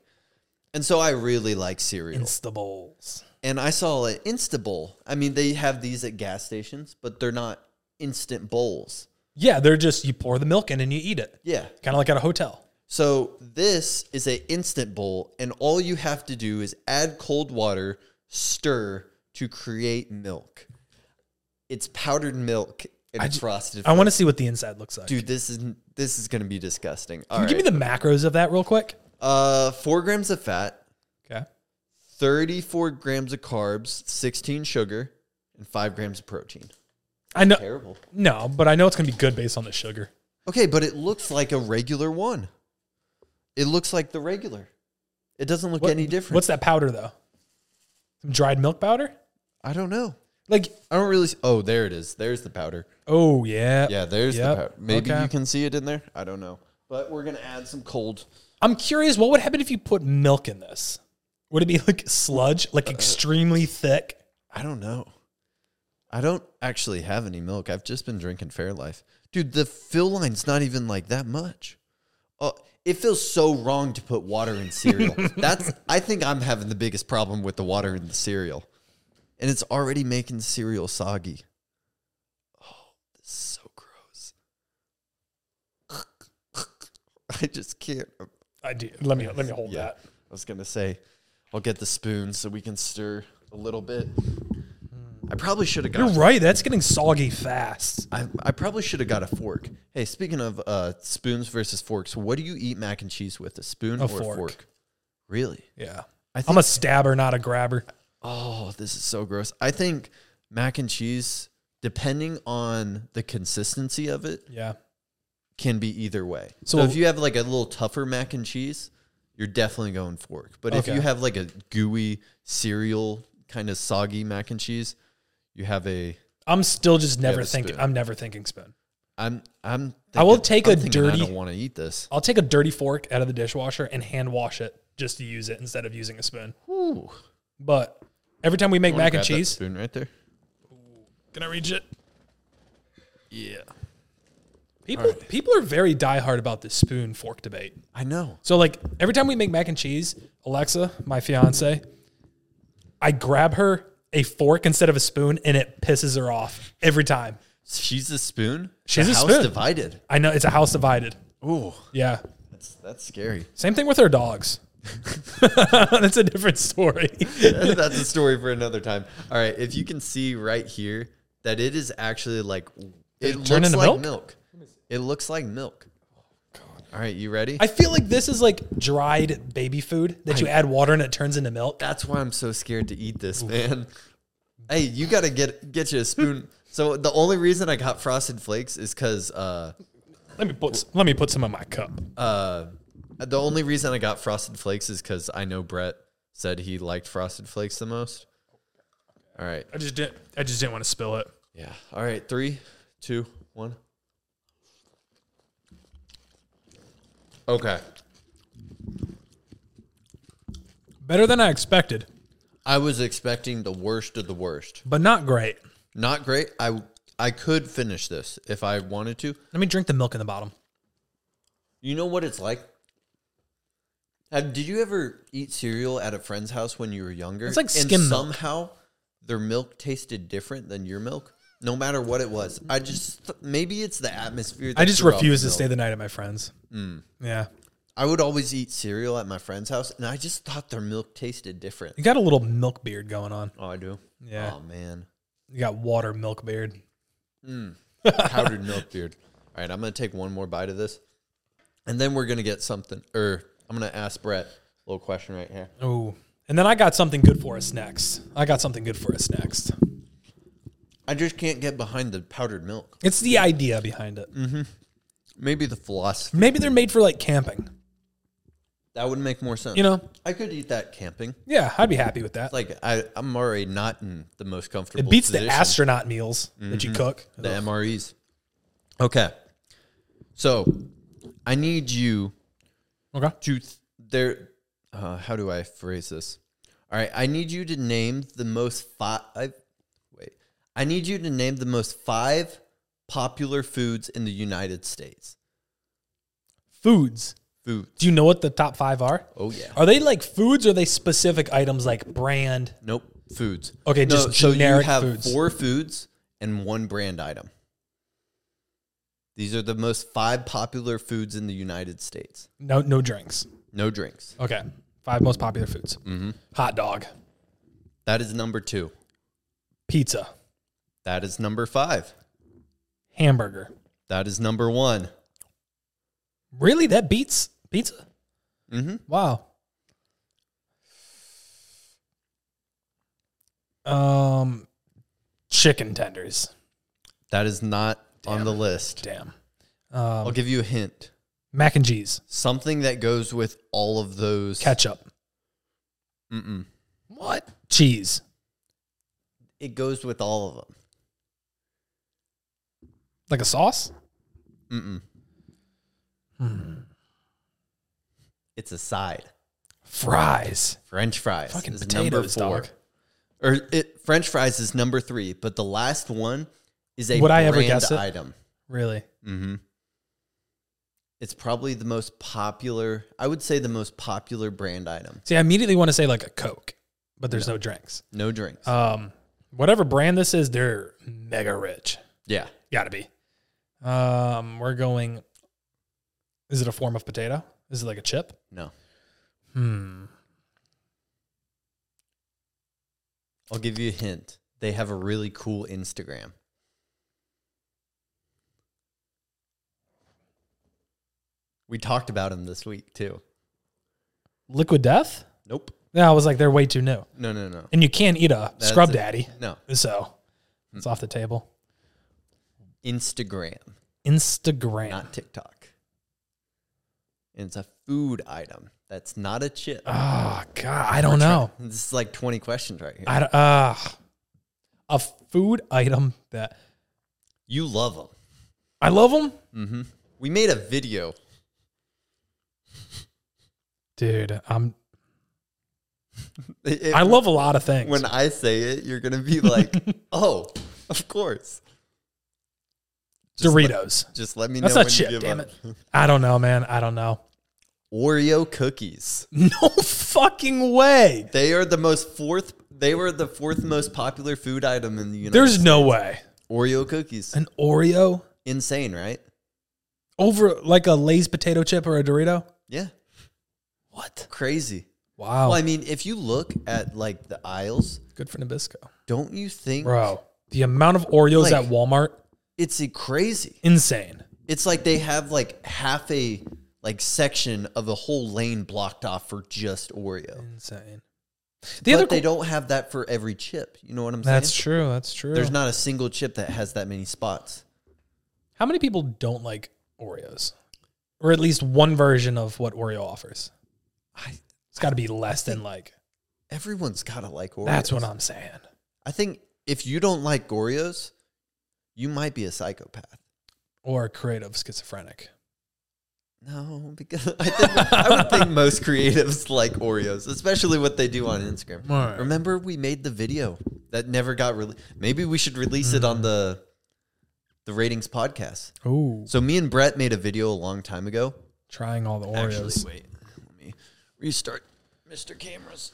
Speaker 1: And so I really like cereal.
Speaker 2: Insta bowls.
Speaker 1: and I saw an Insta Bowl. I mean, they have these at gas stations, but they're not instant bowls.
Speaker 2: Yeah, they're just you pour the milk in and you eat it.
Speaker 1: Yeah.
Speaker 2: Kind of like at a hotel.
Speaker 1: So this is an instant bowl, and all you have to do is add cold water, stir to create milk. It's powdered milk and it's frosted.
Speaker 2: I want to see what the inside looks like.
Speaker 1: Dude, this is this is gonna be disgusting. All
Speaker 2: Can
Speaker 1: right.
Speaker 2: you give me the macros of that real quick?
Speaker 1: uh, four grams of fat,
Speaker 2: Okay.
Speaker 1: thirty-four grams of carbs, sixteen sugar, and five grams of protein.
Speaker 2: I know
Speaker 1: Terrible.
Speaker 2: no, but I know it's gonna be good based on the sugar.
Speaker 1: Okay, but it looks like a regular one. It looks like the regular. It doesn't look
Speaker 2: What-
Speaker 1: any different.
Speaker 2: What's that powder though? Some dried milk powder?
Speaker 1: I don't know.
Speaker 2: Like
Speaker 1: I don't really. s oh, there it is. There's the powder.
Speaker 2: oh yeah.
Speaker 1: Yeah, there's
Speaker 2: Yep.
Speaker 1: the powder. Maybe
Speaker 2: Okay.
Speaker 1: you can see it in there. I don't know. But we're gonna add some cold.
Speaker 2: I'm curious what would happen if you put milk in this? Would it be like sludge? Like extremely thick?
Speaker 1: I don't know. I don't actually have any milk. I've just been drinking Fairlife, dude. The fill line's not even like that much. Oh, it feels so wrong to put water in cereal. That's. I think I'm having the biggest problem with the water in the cereal, and it's already making cereal soggy. Oh, this is so gross. I just can't.
Speaker 2: I do. Let me let me hold
Speaker 1: Yeah.
Speaker 2: that.
Speaker 1: I was gonna say, I'll get the spoon so we can stir a little bit. I probably should have
Speaker 2: You're
Speaker 1: got.
Speaker 2: right, that's getting soggy fast.
Speaker 1: I, I probably should have got a fork. Hey, speaking of uh, spoons versus forks, what do you eat mac and cheese with? A spoon or
Speaker 2: fork.
Speaker 1: a fork? Really?
Speaker 2: Yeah.
Speaker 1: I
Speaker 2: I'm a stabber, not a grabber.
Speaker 1: Oh, this is so gross. I think mac and cheese, depending on the consistency of it,
Speaker 2: Yeah.
Speaker 1: can be either way. So,
Speaker 2: So-
Speaker 1: if you have like a little tougher mac and cheese, you're definitely going fork. But if
Speaker 2: Okay.
Speaker 1: you have like a gooey cereal kind of soggy mac and cheese, you have a
Speaker 2: I'm still just never
Speaker 1: the
Speaker 2: thinking
Speaker 1: spoon.
Speaker 2: I'm never thinking spoon.
Speaker 1: I'm I'm
Speaker 2: I will
Speaker 1: thinking-
Speaker 2: take
Speaker 1: I'm
Speaker 2: a
Speaker 1: thinking I
Speaker 2: dirty-
Speaker 1: don't want to eat this.
Speaker 2: I'll take a dirty fork out of the dishwasher and hand wash it just to use it instead of using a spoon.
Speaker 1: Ooh.
Speaker 2: But every time we make mac and cheese,
Speaker 1: spoon right there.
Speaker 2: can I reach it?
Speaker 1: Yeah.
Speaker 2: People people are very diehard about this spoon fork debate.
Speaker 1: I know.
Speaker 2: So like every time we make mac and cheese, Alexa, my fiance, I grab her a fork instead of a spoon and it pisses her off every time.
Speaker 1: She's a spoon.
Speaker 2: She's
Speaker 1: the
Speaker 2: a
Speaker 1: house
Speaker 2: spoon.
Speaker 1: divided.
Speaker 2: I know it's a house divided.
Speaker 1: Ooh.
Speaker 2: Yeah.
Speaker 1: That's that's scary.
Speaker 2: Same thing with our dogs. That's a different story.
Speaker 1: that's a story for another time. All right, if you can see right here that it is actually like it,
Speaker 2: turn
Speaker 1: looks
Speaker 2: into
Speaker 1: like
Speaker 2: milk?
Speaker 1: milk? It looks like milk. All right, you ready?
Speaker 2: I feel like this is like dried baby food that you add water and it turns into milk.
Speaker 1: that's why I'm so scared to eat this, man. Hey, you gotta get get you a spoon. so the only reason I got frosted flakes is because uh,
Speaker 2: Let me put let me put some in my cup.
Speaker 1: uh, the only reason I got frosted flakes is because I know Brett said he liked frosted flakes the most. All right,
Speaker 2: I just didn't I just didn't want to spill it.
Speaker 1: yeah. All right, three, two, one. Okay.
Speaker 2: Better than I expected,
Speaker 1: I was expecting the worst of the worst.
Speaker 2: but not great.
Speaker 1: Not great. I I could finish this if I wanted to.
Speaker 2: Let me drink the milk in the bottom.
Speaker 1: You know what it's like? Have, did you ever eat cereal at a friend's house when you were younger?
Speaker 2: It's like
Speaker 1: and
Speaker 2: skim milk.
Speaker 1: somehow their milk tasted different than your milk, no matter what it was. I just maybe it's the atmosphere.
Speaker 2: I just refuse to
Speaker 1: stay Mm.
Speaker 2: stay the night at my friends. Yeah.
Speaker 1: I would always eat cereal at my friend's house, and I just thought their milk tasted different.
Speaker 2: You got a little milk beard going on.
Speaker 1: Oh, I do.
Speaker 2: Yeah.
Speaker 1: Oh man,
Speaker 2: You got water milk beard.
Speaker 1: powdered milk beard. All right, I'm gonna take one more bite of this, and then we're gonna get something. Or I'm gonna ask Brett a little question right here.
Speaker 2: Oh. And then I got something good for us next. I got something good for us next.
Speaker 1: I just can't get behind the powdered milk.
Speaker 2: It's the idea behind it.
Speaker 1: Mm-hmm. Maybe the philosophy
Speaker 2: Maybe they're made for like camping.
Speaker 1: that would make more sense.
Speaker 2: You know?
Speaker 1: I could eat that camping.
Speaker 2: Yeah, I'd be happy with that.
Speaker 1: Like I, I'm already not in the most comfortable.
Speaker 2: it beats the
Speaker 1: position. Mm-hmm.
Speaker 2: astronaut meals that you cook.
Speaker 1: the MREs. Okay. So I need you
Speaker 2: Okay.
Speaker 1: to th- there. Uh, how do I phrase this? All right. I need you to name the most five. Wait. I need you to name the most five popular foods in the United States.
Speaker 2: Foods.
Speaker 1: Food.
Speaker 2: Do you know what the top five are?
Speaker 1: Oh yeah.
Speaker 2: Are they like foods or are they specific items like brand?
Speaker 1: Nope. Foods.
Speaker 2: Okay, just
Speaker 1: so you
Speaker 2: generic
Speaker 1: have
Speaker 2: foods.
Speaker 1: four foods and one brand item. These are the most five popular foods in the United States.
Speaker 2: No, no drinks.
Speaker 1: No drinks.
Speaker 2: Okay. Five most popular foods
Speaker 1: Mm-hmm.
Speaker 2: hot dog,
Speaker 1: That is number two.
Speaker 2: pizza,
Speaker 1: That is number five.
Speaker 2: hamburger.
Speaker 1: That is number one.
Speaker 2: Really? That beats pizza?
Speaker 1: Mm-hmm.
Speaker 2: Wow. Um, chicken tenders.
Speaker 1: That is not on the list.
Speaker 2: Damn. Uh,
Speaker 1: I'll give you a hint.
Speaker 2: Mac and cheese.
Speaker 1: Something that goes with all of those.
Speaker 2: Ketchup.
Speaker 1: Mm-mm.
Speaker 2: What? Cheese.
Speaker 1: It goes with all of
Speaker 2: Like a sauce?
Speaker 1: them. Mm-mm. It's a side.
Speaker 2: Fries.
Speaker 1: French fries.
Speaker 2: Fucking
Speaker 1: is
Speaker 2: potatoes, dog.
Speaker 1: Or it, French fries is number three, but the last one is a
Speaker 2: Would
Speaker 1: brand
Speaker 2: I ever guess it?
Speaker 1: item.
Speaker 2: Really?
Speaker 1: Mm-hmm. It's probably the most popular. I would say the most popular brand item.
Speaker 2: See, I immediately want to say like a Coke, but there's no drinks.
Speaker 1: No drinks.
Speaker 2: Um, whatever brand this is, they're mega rich.
Speaker 1: yeah.
Speaker 2: Gotta be. Um, we're going. Is it a form of potato? Is it like a chip?
Speaker 1: No.
Speaker 2: Hmm.
Speaker 1: I'll give you a hint. They have a really cool Instagram. We talked about him this week too.
Speaker 2: Liquid Death?
Speaker 1: Nope.
Speaker 2: No, I was like, they're way too new.
Speaker 1: No, no, no.
Speaker 2: And you can't eat a
Speaker 1: That's
Speaker 2: scrub
Speaker 1: it.
Speaker 2: daddy.
Speaker 1: No.
Speaker 2: So it's off the table.
Speaker 1: Instagram,
Speaker 2: Instagram.
Speaker 1: not TikTok. And it's a food item. That's not a chip.
Speaker 2: oh, God. I don't know.
Speaker 1: This is like 20 questions right here.
Speaker 2: I don't, uh, a food item that
Speaker 1: You love them.
Speaker 2: I love them.
Speaker 1: We made a video.
Speaker 2: Dude, I'm,
Speaker 1: It- it-
Speaker 2: I love a lot of things.
Speaker 1: when I say it, you're going to be like, oh, of course.
Speaker 2: Doritos.
Speaker 1: Just let me
Speaker 2: That's
Speaker 1: know
Speaker 2: not
Speaker 1: when you
Speaker 2: chip,
Speaker 1: give
Speaker 2: damn
Speaker 1: up.
Speaker 2: it. I don't know, man. I don't know.
Speaker 1: Oreo cookies.
Speaker 2: No fucking way.
Speaker 1: They are the most fourth. They were the fourth most popular food item in the United.
Speaker 2: There's no way.
Speaker 1: Oreo cookies.
Speaker 2: An Oreo
Speaker 1: Insane, right?
Speaker 2: over like a Lay's potato chip or a Dorito?
Speaker 1: Yeah,
Speaker 2: What? Oh.
Speaker 1: crazy.
Speaker 2: Wow.
Speaker 1: Well, I mean, if you look at like the aisles,
Speaker 2: Good for Nabisco.
Speaker 1: don't you think
Speaker 2: Bro, the amount of Oreos
Speaker 1: Like-
Speaker 2: at Walmart,
Speaker 1: it's a crazy?
Speaker 2: insane.
Speaker 1: It's like they have like half a like section of a whole lane blocked off for just Oreo.
Speaker 2: Insane. The
Speaker 1: The
Speaker 2: other
Speaker 1: but they
Speaker 2: co-
Speaker 1: don't have that for every chip. You know what I'm saying?
Speaker 2: That's true. That's true.
Speaker 1: There's not a single chip that has that many spots.
Speaker 2: How many people don't like Oreos? Or at least one version of what Oreo offers?
Speaker 1: I,
Speaker 2: It's got to be less than like.
Speaker 1: everyone's gotta like Oreos.
Speaker 2: That's what I'm saying.
Speaker 1: I think if you don't like Oreos, you might be a psychopath.
Speaker 2: Or creative schizophrenic.
Speaker 1: No, because I, think, I would think most creatives like Oreos, especially what they do on Instagram.
Speaker 2: All right.
Speaker 1: Remember, we made the video that never got released. Maybe we should release it on the the ratings podcast.
Speaker 2: Ooh.
Speaker 1: So me and Brett made a video a long time ago.
Speaker 2: Trying all the Oreos.
Speaker 1: Actually, wait, let me restart, Mr. Cameras.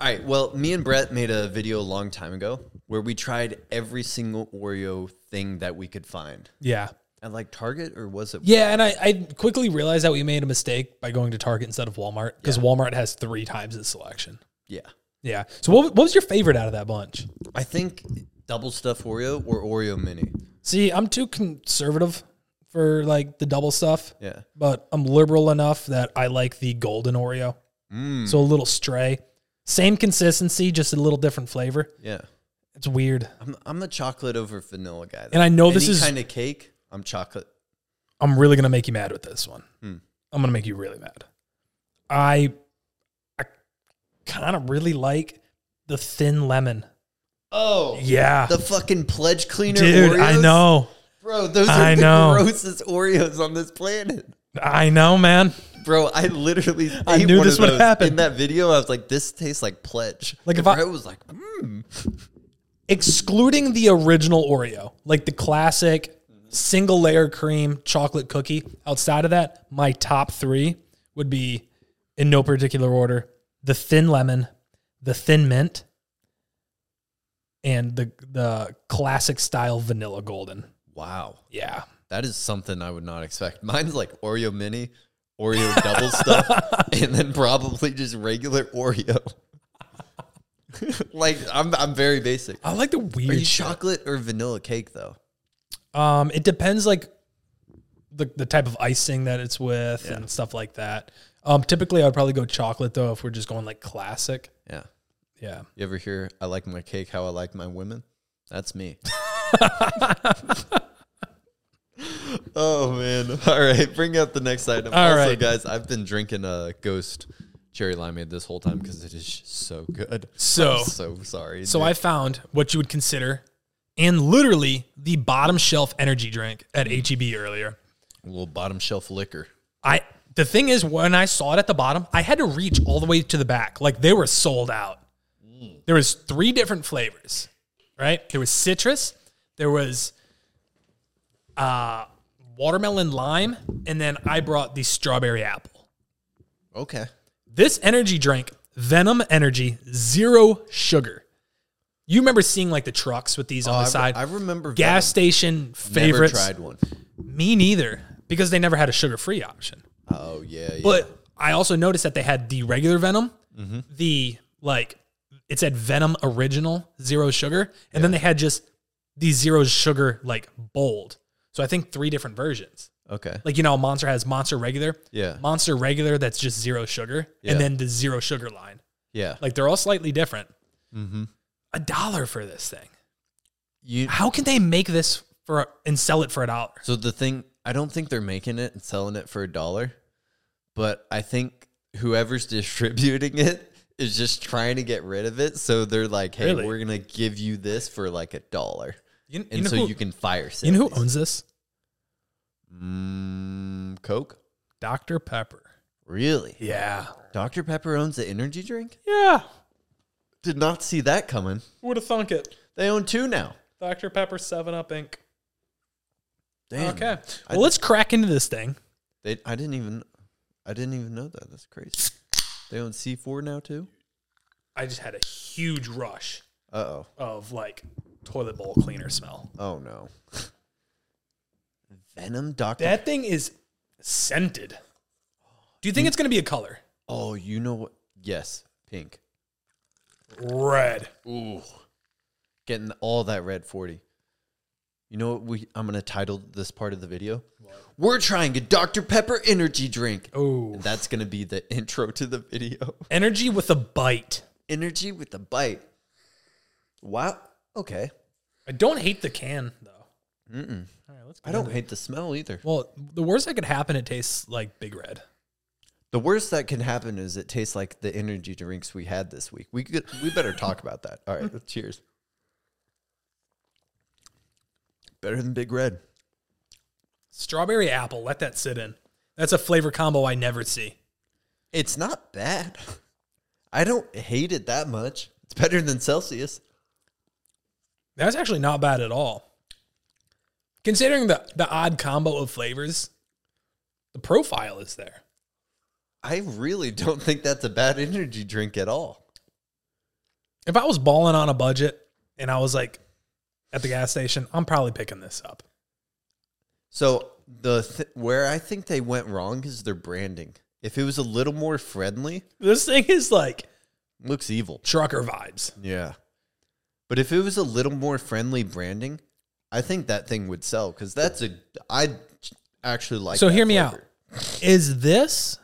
Speaker 1: All right. Well, me and Brett made a video a long time ago, where we tried every single Oreo thing that we could find
Speaker 2: Yeah.
Speaker 1: at like Target or was it?
Speaker 2: Yeah, and I, I quickly realized that we made a mistake by going to Target instead of Walmart because Walmart has three times its selection.
Speaker 1: Yeah.
Speaker 2: Yeah. So what, what was your favorite out of that bunch?
Speaker 1: I think double stuff Oreo or Oreo mini.
Speaker 2: See, I'm too conservative for like the double stuff,
Speaker 1: Yeah.
Speaker 2: but I'm liberal enough that I like the golden Oreo.
Speaker 1: Mm.
Speaker 2: So a little stray. Same consistency, just a little different flavor.
Speaker 1: Yeah.
Speaker 2: It's weird.
Speaker 1: I'm I'm a chocolate over vanilla guy.
Speaker 2: And I know this is
Speaker 1: kind of cake. I'm chocolate.
Speaker 2: I'm really gonna make you mad with this one.
Speaker 1: Hmm.
Speaker 2: I'm gonna make you really mad. I I kind of really like the thin lemon.
Speaker 1: Oh.
Speaker 2: Yeah,
Speaker 1: The fucking pledge cleaner
Speaker 2: dude, I
Speaker 1: Oreos?
Speaker 2: know,
Speaker 1: Bro, those are
Speaker 2: I
Speaker 1: the
Speaker 2: know.
Speaker 1: grossest Oreos on this planet.
Speaker 2: I know, man.
Speaker 1: Bro, I literally
Speaker 2: I
Speaker 1: ate
Speaker 2: knew
Speaker 1: one
Speaker 2: this
Speaker 1: of
Speaker 2: would
Speaker 1: those.
Speaker 2: happen.
Speaker 1: In that video, I was like, "This tastes like pledge." Like
Speaker 2: Like, if
Speaker 1: if
Speaker 2: I-
Speaker 1: I was like, mm.
Speaker 2: Excluding the original Oreo, like the classic single layer cream chocolate cookie. Outside of that, my top three would be, in no particular order, the thin lemon, the thin mint, and the the classic style vanilla golden.
Speaker 1: "Wow,
Speaker 2: Yeah.
Speaker 1: that is something I would not expect." Mine's like Oreo mini, Oreo double stuff, and then probably just regular Oreo. like I'm, I'm very basic.
Speaker 2: I like the
Speaker 1: Are
Speaker 2: weird.
Speaker 1: you chocolate or vanilla cake though?
Speaker 2: um, it depends like the the type of icing that it's with and stuff like that. Um, typically I'd probably go chocolate though if we're just going like classic.
Speaker 1: Yeah.
Speaker 2: Yeah.
Speaker 1: You ever hear "I like my cake how I like my women"? That's me. oh man! All right, bring out the next item.
Speaker 2: All
Speaker 1: also,
Speaker 2: right.
Speaker 1: guys, I've been drinking a Ghost Cherry Limeade this whole time because it is sh- so good.
Speaker 2: So
Speaker 1: So sorry.
Speaker 2: so I found what you would consider and literally the bottom shelf energy drink at HEB earlier.
Speaker 1: a little bottom shelf liquor.
Speaker 2: I the thing is when I saw it at the bottom, I had to reach all the way to the back. Like they were sold out. There was three different flavors, right? There was citrus, there was uh, watermelon lime, and then I brought the strawberry apple.
Speaker 1: Okay.
Speaker 2: This energy drink, Venom Energy, zero sugar. You remember seeing like the trucks with these on the
Speaker 1: I,
Speaker 2: side?
Speaker 1: I remember
Speaker 2: Gas station
Speaker 1: Venom. Never
Speaker 2: favorites.
Speaker 1: tried one.
Speaker 2: Me neither, because they never had a sugar-free option.
Speaker 1: Oh yeah. yeah.
Speaker 2: But I also noticed that they had the regular Venom, the like it said Venom Original Zero Sugar, and then they had just the Zero Sugar like bold. So I think three different versions.
Speaker 1: okay.
Speaker 2: Like you know, Monster has Monster Regular,
Speaker 1: Yeah.
Speaker 2: Monster Regular that's just zero sugar,
Speaker 1: Yeah.
Speaker 2: and then the Zero Sugar line.
Speaker 1: yeah.
Speaker 2: Like they're all slightly different.
Speaker 1: Mhm.
Speaker 2: A dollar for this thing.
Speaker 1: You.
Speaker 2: How can they make this for and sell it for a dollar?
Speaker 1: So the thing, I don't think they're making it and selling it for a dollar, but I think whoever's distributing it is just trying to get rid of it. So they're like, "Hey,
Speaker 2: Really?
Speaker 1: we're gonna give you this for like a dollar,
Speaker 2: You, you
Speaker 1: and
Speaker 2: know
Speaker 1: so
Speaker 2: who,
Speaker 1: you can fire sale."
Speaker 2: you know who owns this?
Speaker 1: Mm, Coke?
Speaker 2: Dr Pepper.
Speaker 1: Really?
Speaker 2: Yeah.
Speaker 1: Dr Pepper owns the energy drink?
Speaker 2: Yeah.
Speaker 1: Did not see that coming.
Speaker 2: Would have thunk it.
Speaker 1: They own two now.
Speaker 2: Dr. Pepper 7 Up Inc.
Speaker 1: Damn.
Speaker 2: Okay.
Speaker 1: I-
Speaker 2: Well, let's crack into this thing.
Speaker 1: They, I didn't even, I didn't even know that. That's crazy. They own C four now too.
Speaker 2: I just had a huge rush
Speaker 1: Uh oh.
Speaker 2: of like toilet bowl cleaner smell.
Speaker 1: Oh no. Venom Dr.
Speaker 2: That thing is scented. Do you think it's going to be a color?
Speaker 1: Oh, you know what? Yes, pink.
Speaker 2: Red.
Speaker 1: Ooh. Getting all that red 40. You know what we I'm going to title this part of the video? We're trying a Dr Pepper energy drink.
Speaker 2: Oh.
Speaker 1: And that's going to be the intro to the video.
Speaker 2: Energy with a bite.
Speaker 1: energy with the bite. Wow. Okay.
Speaker 2: I don't hate the can though. Mm-mm. All right, let's.
Speaker 1: I don't hate the smell either.
Speaker 2: Well, the worst that could happen, it tastes like Big Red.
Speaker 1: The worst that can happen is it tastes like the energy drinks we had this week. We could we better talk about that. All right, cheers. Better than Big Red.
Speaker 2: Strawberry apple. Let that sit in. That's a flavor combo I never see.
Speaker 1: It's not bad. I don't hate it that much. It's better than Celsius.
Speaker 2: That's actually not bad at all. Considering the the odd combo of flavors, the profile is there.
Speaker 1: I really don't think that's a bad energy drink at all.
Speaker 2: If I was balling on a budget, and I was like, at the gas station, I'm probably picking this up.
Speaker 1: So the th- where I think they went wrong is their branding. If it was a little more friendly,
Speaker 2: This thing is like
Speaker 1: looks evil.
Speaker 2: trucker vibes.
Speaker 1: Yeah. But if it was a little more friendly branding, I think that thing would sell because that's a I actually like.
Speaker 2: so
Speaker 1: that
Speaker 2: hear me
Speaker 1: flavor.
Speaker 2: out. Is this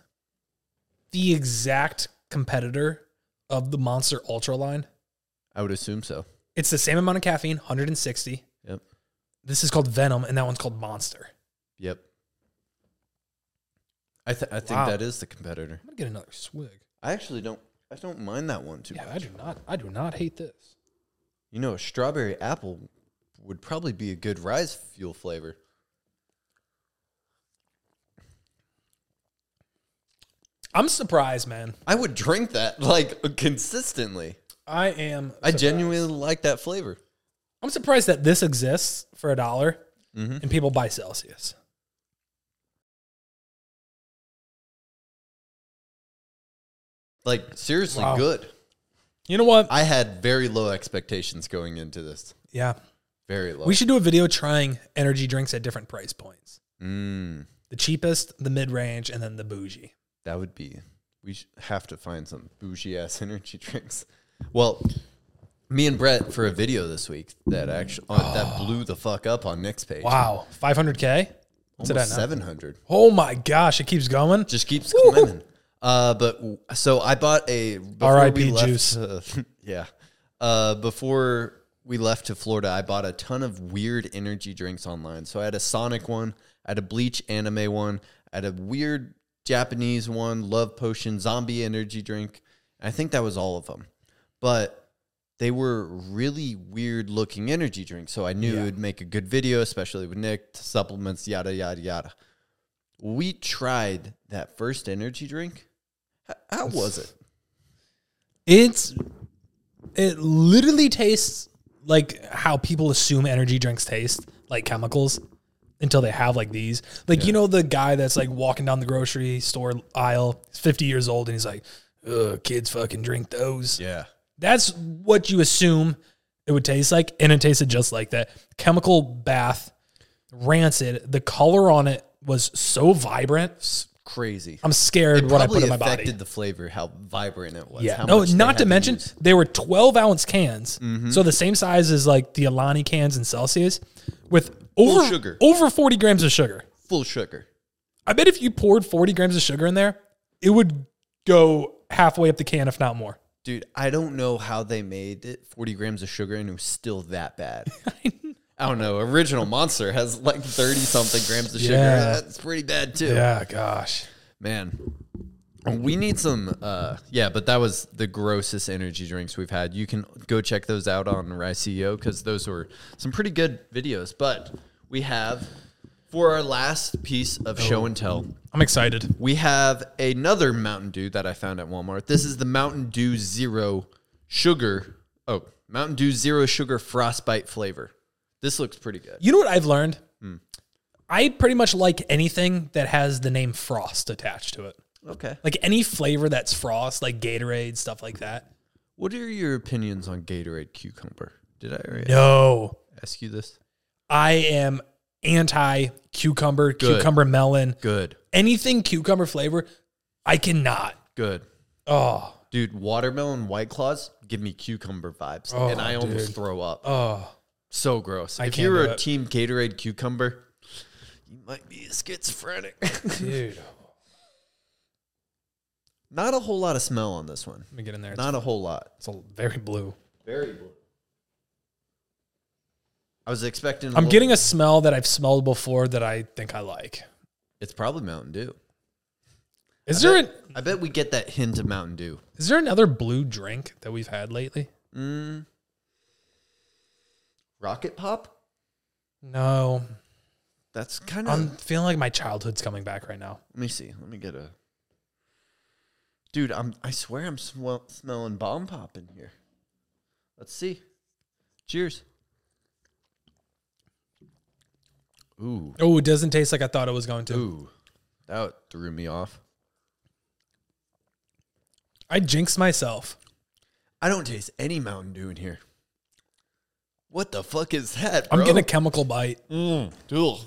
Speaker 2: the exact competitor of the Monster Ultra line?
Speaker 1: I would assume so.
Speaker 2: It's the same amount of caffeine, 160.
Speaker 1: Yep.
Speaker 2: This is called Venom, and that one's called Monster.
Speaker 1: Yep. I th- I think
Speaker 2: Wow.
Speaker 1: that is the competitor.
Speaker 2: I'm gonna get another swig.
Speaker 1: I actually don't. I don't mind that one too.
Speaker 2: Yeah,
Speaker 1: much.
Speaker 2: I do not. I do not hate this.
Speaker 1: You know, a strawberry apple would probably be a good rise fuel flavor.
Speaker 2: I'm surprised, man.
Speaker 1: I would drink that like consistently.
Speaker 2: I am.
Speaker 1: I genuinely like that flavor.
Speaker 2: I'm surprised that this exists for a dollar
Speaker 1: Mm-hmm.
Speaker 2: and people buy Celsius.
Speaker 1: Like seriously
Speaker 2: Wow.
Speaker 1: good.
Speaker 2: You know what?
Speaker 1: I had very low expectations going into this.
Speaker 2: yeah.
Speaker 1: Very low.
Speaker 2: We should do a video trying energy drinks at different price points.
Speaker 1: mm,
Speaker 2: The cheapest, the mid range, and then the bougie.
Speaker 1: that would be. We sh- have to find some bougie ass energy drinks. Well, me and Brett for a video this week that actually uh, that blew the fuck up on next page.
Speaker 2: Ah. Wow. 500K? What's it at
Speaker 1: Almost
Speaker 2: now?
Speaker 1: seven hundred.
Speaker 2: Oh my gosh. It keeps going.
Speaker 1: Just keeps climbing. Uh, but w- so I bought a before
Speaker 2: R.I.P.
Speaker 1: we left,
Speaker 2: juice.
Speaker 1: uh, yeah. Uh, before we left to Florida, I bought a ton of weird energy drinks online. So I had a Sonic one, I had a Bleach anime one, I had a weird Japanese one, love potion, zombie energy drink. I think that was all of them. But they were really weird looking energy drinks. So I knew it would make a good video, especially with Nick, supplements, yada, yada, yada. We tried that first energy drink. H- How was it?
Speaker 2: It's. It literally tastes like how people assume energy drinks taste, like chemicals, until they have like these. Like, you know, the guy that's like walking down the grocery store aisle, he's 50 years old, and he's like, Ugh, kids fucking drink those.
Speaker 1: Yeah.
Speaker 2: That's what you assume it would taste like, and it tasted just like that. Chemical bath, rancid. The color on it was so vibrant.
Speaker 1: Crazy.
Speaker 2: I'm scared what I put
Speaker 1: Probably
Speaker 2: in my
Speaker 1: affected
Speaker 2: body.
Speaker 1: the flavor, how vibrant it was.
Speaker 2: Yeah.
Speaker 1: how
Speaker 2: No,
Speaker 1: much they
Speaker 2: not
Speaker 1: had
Speaker 2: to mention
Speaker 1: use.
Speaker 2: they were 12 ounce cans, so the same size as like the Alani cans and Celsius, with over
Speaker 1: sugar.
Speaker 2: over 40 grams of sugar.
Speaker 1: full sugar.
Speaker 2: I bet if you poured 40 grams of sugar in there, it would go halfway up the can, if not more.
Speaker 1: Dude, I don't know how they made it 40 grams of sugar and it was still that bad. I don't know. Original Monster has like 30 something grams of sugar.
Speaker 2: Yeah.
Speaker 1: That's pretty bad too.
Speaker 2: Yeah, gosh.
Speaker 1: Man. We need some uh yeah, but that was the grossest energy drinks we've had. You can go check those out on RiceEO because those were some pretty good videos. But we have for our last piece of
Speaker 2: Oh.
Speaker 1: show and tell,
Speaker 2: I'm excited.
Speaker 1: we have another Mountain Dew that I found at Walmart. This is the Mountain Dew Zero Sugar. Oh, Mountain Dew Zero Sugar Frostbite flavor. This looks pretty good.
Speaker 2: You know what I've learned? I pretty much like anything that has the name Frost attached to it.
Speaker 1: Okay.
Speaker 2: Like any flavor that's Frost, like Gatorade, stuff like that.
Speaker 1: What are your opinions on Gatorade cucumber? Did I already
Speaker 2: No,
Speaker 1: ask you this?
Speaker 2: I am anti cucumber, cucumber melon,
Speaker 1: Good.
Speaker 2: anything cucumber flavor. I cannot.
Speaker 1: Good.
Speaker 2: Oh,
Speaker 1: Dude, watermelon white claws give me cucumber vibes, and I almost throw up.
Speaker 2: oh.
Speaker 1: So gross. if
Speaker 2: can't
Speaker 1: you were
Speaker 2: do
Speaker 1: a
Speaker 2: it.
Speaker 1: team Gatorade cucumber, you might be a schizophrenic.
Speaker 2: Dude.
Speaker 1: Not a whole lot of smell on this one.
Speaker 2: Let me get in there. It's,
Speaker 1: Not a whole lot.
Speaker 2: it's a- very blue.
Speaker 1: Very blue. I was expecting. i
Speaker 2: I'm getting a smell that I've smelled before that I think I like.
Speaker 1: It's probably Mountain Dew.
Speaker 2: Is there, an,
Speaker 1: I bet we get that hint of Mountain Dew.
Speaker 2: is there another blue drink that we've had lately?
Speaker 1: Rocket Pop.
Speaker 2: No.
Speaker 1: That's kind of.
Speaker 2: I'm feeling like my childhood's coming back right now.
Speaker 1: let me see. Let me get a. Dude, I'm. I swear I'm swell smelling bomb pop in here. Let's see. Cheers. Ooh,
Speaker 2: Oh, it doesn't taste like I thought it was going to.
Speaker 1: ooh, that threw me off.
Speaker 2: I jinxed myself.
Speaker 1: I don't taste any Mountain Dew in here. What the fuck is that?
Speaker 2: I'm
Speaker 1: bro?
Speaker 2: getting a chemical bite.
Speaker 1: Ugh.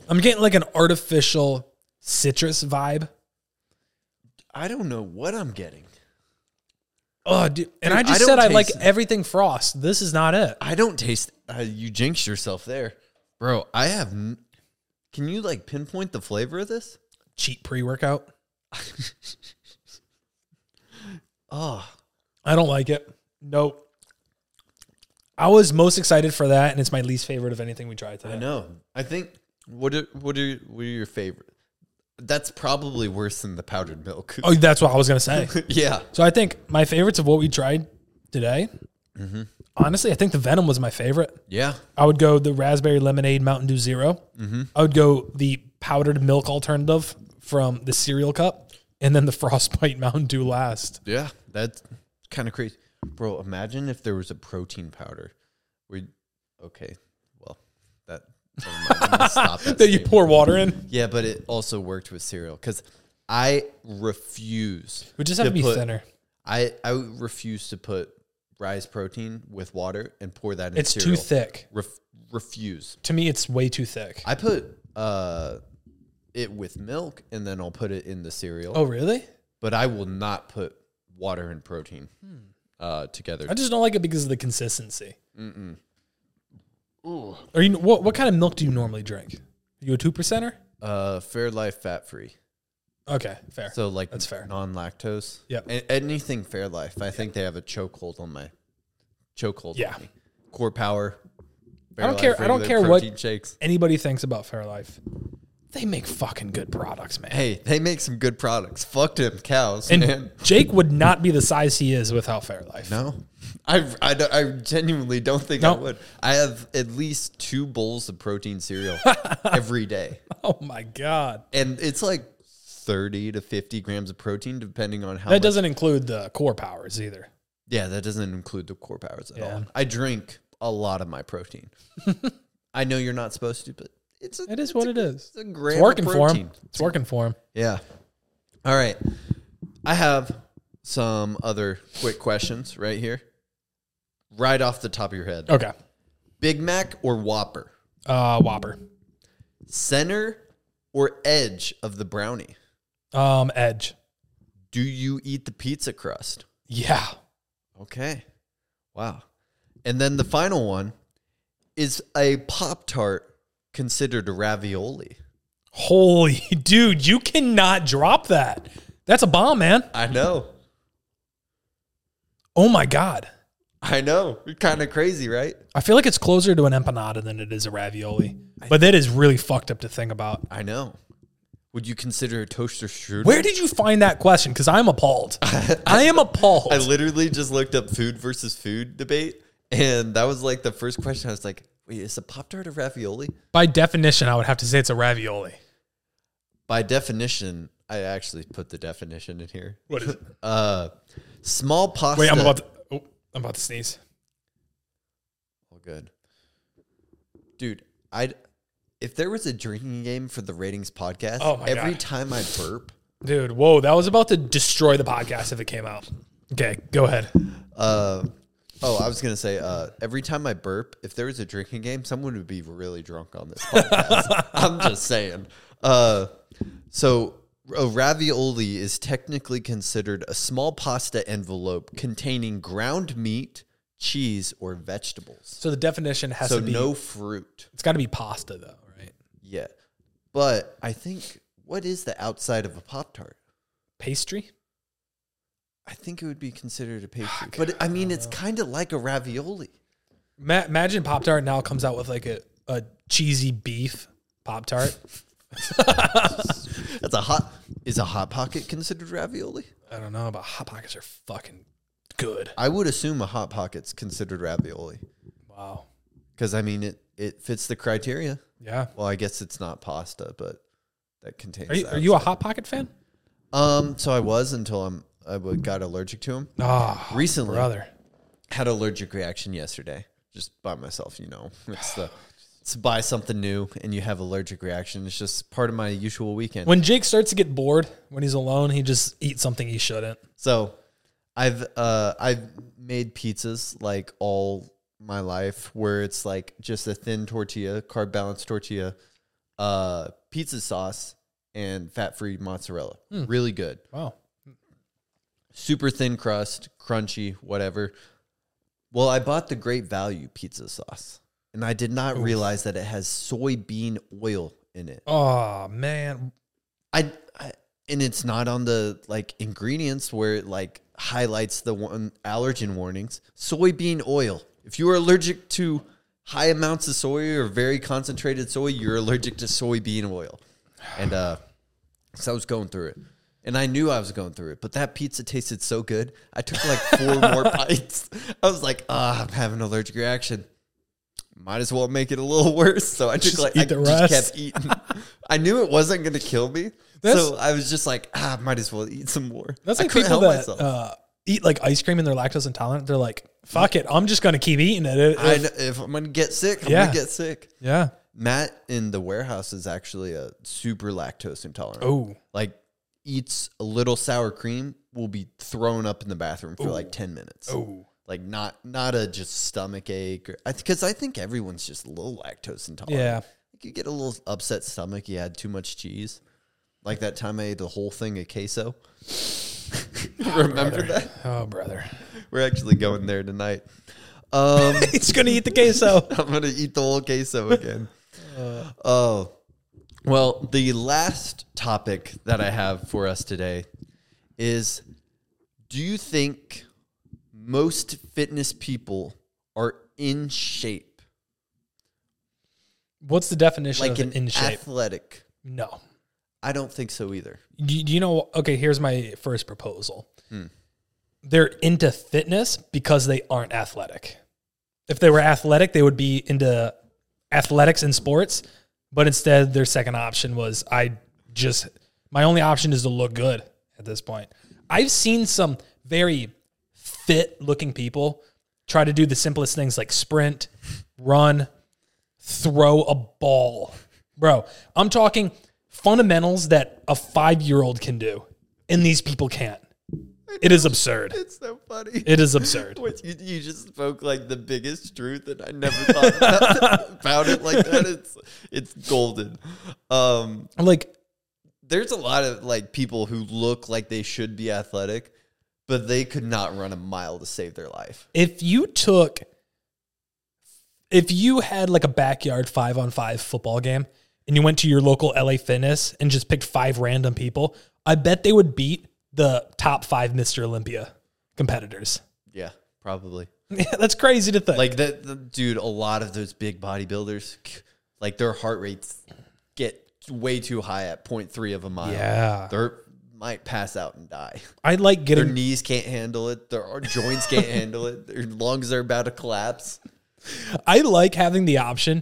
Speaker 2: I'm getting like an artificial citrus vibe.
Speaker 1: I don't know what I'm getting.
Speaker 2: Oh, dude.
Speaker 1: Dude,
Speaker 2: And I just
Speaker 1: I don't
Speaker 2: said I
Speaker 1: taste
Speaker 2: like
Speaker 1: it.
Speaker 2: everything frost. This is not it.
Speaker 1: I don't taste. Uh, you jinxed yourself there, bro. I have. N- Can you like pinpoint the flavor of this?
Speaker 2: Cheap pre workout.
Speaker 1: Oh,
Speaker 2: I don't like it. Nope. I was most excited for that, and it's my least favorite of anything we tried
Speaker 1: I
Speaker 2: today.
Speaker 1: know. I think. What are what are what are your favorite? That's probably worse than the powdered milk.
Speaker 2: Oh, that's what I was gonna say.
Speaker 1: yeah.
Speaker 2: so I think my favorites of what we tried today.
Speaker 1: Mm-hmm.
Speaker 2: Honestly, I think the venom was my favorite.
Speaker 1: Yeah.
Speaker 2: I would go the raspberry lemonade Mountain Dew 0
Speaker 1: Mm-hmm.
Speaker 2: I would go the powdered milk alternative from the cereal cup, and then the frostbite Mountain Dew last.
Speaker 1: Yeah, that's kind of crazy, bro. Imagine if there was a protein powder. We okay, well, that never mind, I'm gonna stop that.
Speaker 2: That you
Speaker 1: statement.
Speaker 2: pour water in.
Speaker 1: yeah, but it also worked with cereal because I refuse.
Speaker 2: It would just have to be
Speaker 1: put,
Speaker 2: thinner.
Speaker 1: I I refuse to put rise protein with water and pour that in.
Speaker 2: It's
Speaker 1: cereal.
Speaker 2: too thick.
Speaker 1: Ref, refuse.
Speaker 2: To me, it's way too thick.
Speaker 1: I put uh it with milk and then I'll put it in the cereal,
Speaker 2: oh, really?
Speaker 1: but I will not put water and protein uh together.
Speaker 2: Hmm. I just don't like it because of the consistency. Are you what? What kind of milk do you normally drink? Are you a two percenter?
Speaker 1: Uh, Fairlife fat free.
Speaker 2: Okay, fair.
Speaker 1: So like
Speaker 2: That's fair.
Speaker 1: Non lactose.
Speaker 2: Yep.
Speaker 1: A- anything Fairlife. I think they have a chokehold on my chokehold.
Speaker 2: Yeah.
Speaker 1: On me. Core power.
Speaker 2: I don't
Speaker 1: Fairlife
Speaker 2: care- I don't
Speaker 1: regular
Speaker 2: care what-
Speaker 1: protein shakes.
Speaker 2: Anybody thinks about Fairlife? They make fucking good products, man.
Speaker 1: Hey, they make some good products. Fuck them cows,
Speaker 2: and
Speaker 1: man.
Speaker 2: Jake would not be the size he is without Fairlife.
Speaker 1: No, I, I, don't- I genuinely don't think
Speaker 2: No.
Speaker 1: I would. I have at least two bowls of protein cereal every day,
Speaker 2: Oh my god,
Speaker 1: and it's like thirty to fifty grams of protein, depending on how
Speaker 2: that
Speaker 1: much
Speaker 2: doesn't include the core powers either.
Speaker 1: Yeah, that doesn't include the core powers at
Speaker 2: Yeah.
Speaker 1: all. I drink a lot of my protein. I know you're not supposed to, but it's a,
Speaker 2: It is what it is.
Speaker 1: it's a gram
Speaker 2: It's working
Speaker 1: of
Speaker 2: for him.
Speaker 1: protein.
Speaker 2: It's working for him.
Speaker 1: Yeah. All right. I have some other quick questions right here. Right off the top of your head.
Speaker 2: Okay,
Speaker 1: Big Mac or Whopper?
Speaker 2: uh, Whopper,
Speaker 1: Center or edge of the brownie?
Speaker 2: um, Edge.
Speaker 1: Do you eat the pizza crust?
Speaker 2: Yeah,
Speaker 1: Okay. Wow. And then the final one is a Pop Tart considered a ravioli?
Speaker 2: holy dude, you cannot drop that. That's a bomb, man.
Speaker 1: I know.
Speaker 2: Oh my god.
Speaker 1: I know. Kind of crazy, right?
Speaker 2: I feel like it's closer to an empanada than it is a ravioli, but that is really fucked up to think about.
Speaker 1: I know. Would you consider a toaster strudel?
Speaker 2: Where did you find that question? Because I'm appalled. I am appalled.
Speaker 1: I literally just looked up food versus food debate, and that was like the first question. I was like, wait, is a Pop Tart a ravioli?
Speaker 2: By definition, I would have to say it's a ravioli.
Speaker 1: By definition, I actually put the definition in here.
Speaker 2: What is it?
Speaker 1: Uh, small pasta.
Speaker 2: Wait, I'm about to. Oh, I'm about to sneeze.
Speaker 1: All good. Dude, I'd if there was a drinking game for the ratings podcast,
Speaker 2: Oh my
Speaker 1: every
Speaker 2: God.
Speaker 1: time I burp,
Speaker 2: Dude, whoa, that was about to destroy the podcast if it came out. Okay, go ahead.
Speaker 1: uh oh, I was gonna say, uh every time I burp, if there was a drinking game, someone would be really drunk on this podcast. I'm just saying. Uh so a ravioli is technically considered a small pasta envelope containing ground meat, cheese, or vegetables.
Speaker 2: So the definition has
Speaker 1: So
Speaker 2: to be.
Speaker 1: no fruit.
Speaker 2: It's got to be pasta though, right?
Speaker 1: Yeah. But I think what is the outside of a Pop Tart?
Speaker 2: Pastry.
Speaker 1: I think it would be considered a pastry. but I mean, it's kind of like a ravioli.
Speaker 2: Ma- imagine Pop Tart now comes out with like a, a cheesy beef Pop Tart.
Speaker 1: That's a hot. Is a hot pocket considered ravioli?
Speaker 2: I don't know, but hot pockets are fucking good.
Speaker 1: I would assume a hot pocket's considered ravioli
Speaker 2: Wow.
Speaker 1: because I mean it. It fits the criteria.
Speaker 2: Yeah.
Speaker 1: Well, I guess it's not pasta, but that contains.
Speaker 2: Are you,
Speaker 1: that.
Speaker 2: are you a hot pocket fan?
Speaker 1: Um. So I was until I'm. I w- got allergic to them
Speaker 2: Ah,
Speaker 1: recently.
Speaker 2: brother.
Speaker 1: Had allergic reaction yesterday, just by myself. You know, it's the. It's buy something new and you have allergic reaction. It's just part of my usual weekend.
Speaker 2: When Jake starts to get bored when he's alone, he just eats something he shouldn't.
Speaker 1: So I've uh I've made pizzas like all my life where it's like just a thin tortilla, carb balanced tortilla, uh, pizza sauce, and fat free mozzarella. Really good.
Speaker 2: Wow.
Speaker 1: Super thin crust, crunchy, whatever. Well, I bought the great value pizza sauce and I did not realize that it has soybean oil in it.
Speaker 2: Oh man.
Speaker 1: I, I and it's not on the like ingredients where it like highlights the one allergen warnings. Soybean oil. If you are allergic to high amounts of soy or very concentrated soy, you're allergic to soybean oil. And uh so I was going through it. And I knew I was going through it, but that pizza tasted so good. I took like four more bites. I was like, ah, I'm having an allergic reaction. Might as well make it a little worse. So I took
Speaker 2: Just
Speaker 1: like
Speaker 2: eat
Speaker 1: I
Speaker 2: the
Speaker 1: just
Speaker 2: rest.
Speaker 1: kept eaten. I knew it wasn't going to kill me,
Speaker 2: That's-
Speaker 1: so I was just like, ah, might as well eat some more.
Speaker 2: That's
Speaker 1: I
Speaker 2: like
Speaker 1: couldn't
Speaker 2: people
Speaker 1: help
Speaker 2: that uh, eat like ice cream and they're lactose intolerant. They're like, fuck it, I'm just gonna keep eating it. It-
Speaker 1: I
Speaker 2: it-
Speaker 1: kn- if I'm going to get sick, I'm
Speaker 2: Yeah.
Speaker 1: going to get sick.
Speaker 2: yeah.
Speaker 1: Matt in the warehouse is actually a super lactose intolerant.
Speaker 2: Oh.
Speaker 1: like eats a little sour cream, will be thrown up in the bathroom for like ten minutes.
Speaker 2: Oh.
Speaker 1: Like not not a just stomach ache or because I, think everyone's just a little lactose intolerant.
Speaker 2: Yeah.
Speaker 1: Like you get a little upset stomach. You had too much cheese. Like that time I ate the whole thing of queso. Remember that?
Speaker 2: Oh brother.
Speaker 1: We're actually going there tonight. Um,
Speaker 2: He's gonna eat the queso.
Speaker 1: I'm gonna eat the whole queso again. Oh, well, the last topic that I have for us today is: Do you think most fitness people are in shape,
Speaker 2: What's the definition
Speaker 1: like
Speaker 2: of
Speaker 1: an
Speaker 2: in shape?
Speaker 1: athletic?
Speaker 2: no.
Speaker 1: I don't think so either.
Speaker 2: Do, do you know? Okay, here's my first proposal. They're into fitness because they aren't athletic. If they were athletic, they would be into athletics and sports. But instead, their second option was I just my only option is to look good at this point. I've seen some very fit looking people try to do the simplest things like sprint, run, throw a ball. Bro, I'm talking fundamentals that a five year old can do, and these people can't. It is absurd.
Speaker 1: It's so funny.
Speaker 2: It is absurd.
Speaker 1: What, you, you just spoke like the biggest truth, and I never thought about, about it like that. It's it's golden. Um,
Speaker 2: I'm like,
Speaker 1: there's a lot of like people who look like they should be athletic, but they could not run a mile to save their life.
Speaker 2: if you took, if you had like a backyard five on five football game and you went to your local LA Fitness and just picked five random people, I bet they would beat the top five Mr. Olympia competitors.
Speaker 1: Yeah, probably.
Speaker 2: Yeah, that's crazy to think.
Speaker 1: Like that, the, dude. A lot of those big bodybuilders, like their heart rates get way too high at 0.3 of a mile.
Speaker 2: yeah.
Speaker 1: they might pass out and die.
Speaker 2: I like
Speaker 1: Their
Speaker 2: getting
Speaker 1: knees can't handle it. Their joints can't handle it. Their lungs are about to collapse.
Speaker 2: I like having the option,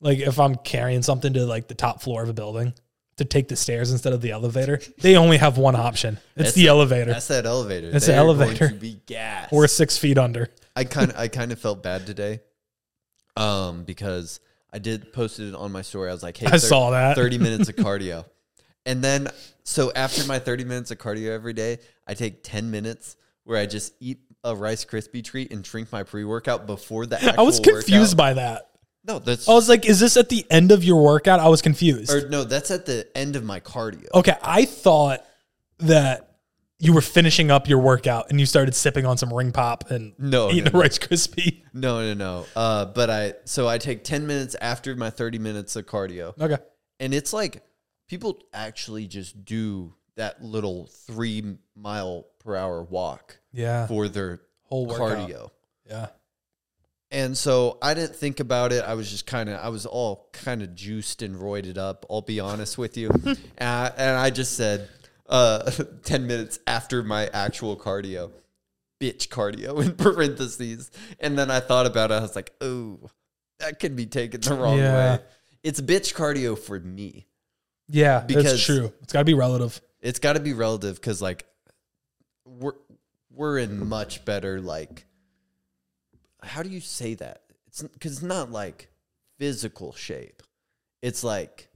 Speaker 2: like if I'm carrying something to like the top floor of a building, to take the stairs instead of the elevator. They only have one option. It's the elevator.
Speaker 1: That's that elevator.
Speaker 2: That's the
Speaker 1: They're going
Speaker 2: elevator.
Speaker 1: to be gas.
Speaker 2: We're six feet under.
Speaker 1: I kind of I kind of felt bad today, um, because I did posted it on my story. I was like, "Hey,
Speaker 2: I saw that.
Speaker 1: thirty minutes of cardio," and then so after my thirty minutes of cardio every day, I take ten minutes where I just eat a Rice Krispie treat and drink my pre workout before the. Actual
Speaker 2: I was confused Oh. by that.
Speaker 1: by no, that's
Speaker 2: I was like, is this at the end of your workout? I was confused.
Speaker 1: or no, that's at the end of my cardio.
Speaker 2: okay, I thought that you were finishing up your workout and you started sipping on some ring pop and
Speaker 1: No,
Speaker 2: eating
Speaker 1: no,
Speaker 2: a Rice Krispie.
Speaker 1: No, no, no. Uh, but I so I take ten minutes after my thirty minutes of cardio.
Speaker 2: Okay.
Speaker 1: and it's like people actually just do that little three mile per hour walk
Speaker 2: Yeah.
Speaker 1: for their
Speaker 2: Whole workout.
Speaker 1: cardio.
Speaker 2: Yeah.
Speaker 1: And so I didn't think about it. I was just kind of, I was all kind of juiced and roided up. I'll be honest with you. and, I, and I just said, uh, 10 minutes after my actual cardio, bitch cardio in parentheses. And then I thought about it. I was like, oh, that could be taken the wrong
Speaker 2: Yeah.
Speaker 1: way. It's bitch cardio for me.
Speaker 2: Yeah.
Speaker 1: Because-
Speaker 2: that's true. It's got to be relative.
Speaker 1: it's got to be relative because like we're we're in much better like how do you say that it's because it's not like physical shape it's like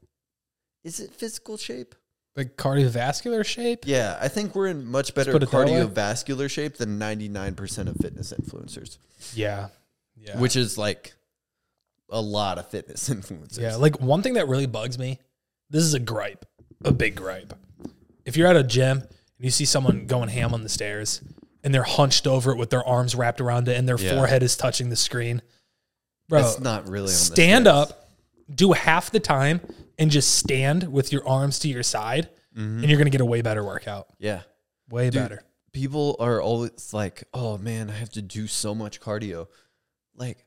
Speaker 1: is it physical shape
Speaker 2: Like cardiovascular shape.
Speaker 1: yeah i think we're in much better
Speaker 2: put it that way.
Speaker 1: cardiovascular shape than 99% of fitness influencers
Speaker 2: Yeah. Yeah.
Speaker 1: which is like a lot of fitness influencers.
Speaker 2: Yeah, like one thing that really bugs me, this is a gripe, a big gripe. If you're at a gym and you see someone going ham on the stairs and they're hunched over it with their arms wrapped around it and their
Speaker 1: Yeah.
Speaker 2: forehead is touching the screen, bro,
Speaker 1: That's not really on the
Speaker 2: stand
Speaker 1: stairs.
Speaker 2: up, do half the time, and just stand with your arms to your side,
Speaker 1: Mm-hmm.
Speaker 2: and you're gonna get a way better workout.
Speaker 1: Yeah.
Speaker 2: Way better.
Speaker 1: People are always like, "Oh man, I have to do so much cardio." Like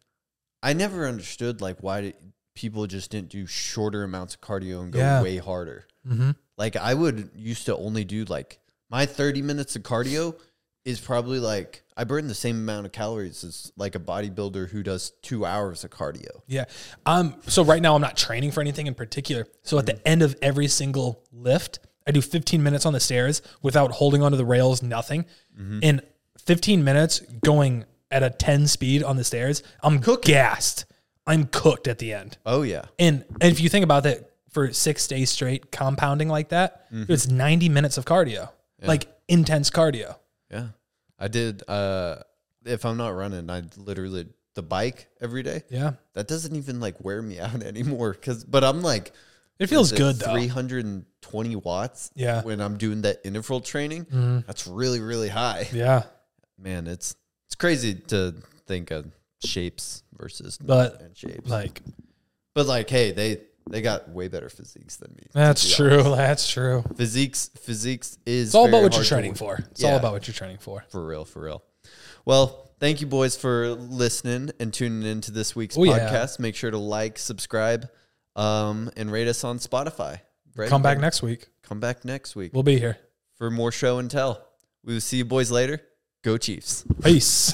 Speaker 1: I never understood like why did people just didn't do shorter amounts of cardio and go
Speaker 2: Yeah.
Speaker 1: way harder. Like I would used to only do like my 30 minutes of cardio is probably like I burn the same amount of calories as like a bodybuilder who does 2 hours of cardio.
Speaker 2: Yeah. Um, so right now I'm not training for anything in particular. So at
Speaker 1: Mm.
Speaker 2: the end of every single lift, I do 15 minutes on the stairs without holding onto the rails, nothing.
Speaker 1: Mm-hmm.
Speaker 2: In 15 minutes going at a 10 speed on the stairs, I'm gassed. I'm cooked at the end.
Speaker 1: Oh yeah.
Speaker 2: And if you think about that for six days straight, compounding like that,
Speaker 1: Mm-hmm.
Speaker 2: it's 90 minutes of cardio, like intense cardio.
Speaker 1: Yeah. I did uh if I'm not running, I literally the bike every day.
Speaker 2: Yeah.
Speaker 1: That doesn't even like wear me out anymore cuz but I'm like
Speaker 2: It feels good though.
Speaker 1: 320 watts
Speaker 2: Yeah. Mm-hmm.
Speaker 1: when I'm doing that interval training. That's really really high.
Speaker 2: Yeah.
Speaker 1: Man, it's it's crazy to think of shapes versus
Speaker 2: But-
Speaker 1: not shapes.
Speaker 2: Like,
Speaker 1: But like hey, they they got way better physiques than me. to
Speaker 2: that's
Speaker 1: be
Speaker 2: true. That's true.
Speaker 1: honest. Physiques physiques is
Speaker 2: It's all about what you're training for. It's all
Speaker 1: Yeah.
Speaker 2: about what you're training for.
Speaker 1: For real, for real. Well, thank you boys for listening and tuning into this week's
Speaker 2: Oh, yeah.
Speaker 1: podcast. Make sure to like, subscribe, um, and rate us on Spotify. Right?
Speaker 2: Come back next week.
Speaker 1: Come back next week
Speaker 2: We'll be here.
Speaker 1: for more show and tell. We will see you boys later. Go Chiefs.
Speaker 2: Peace.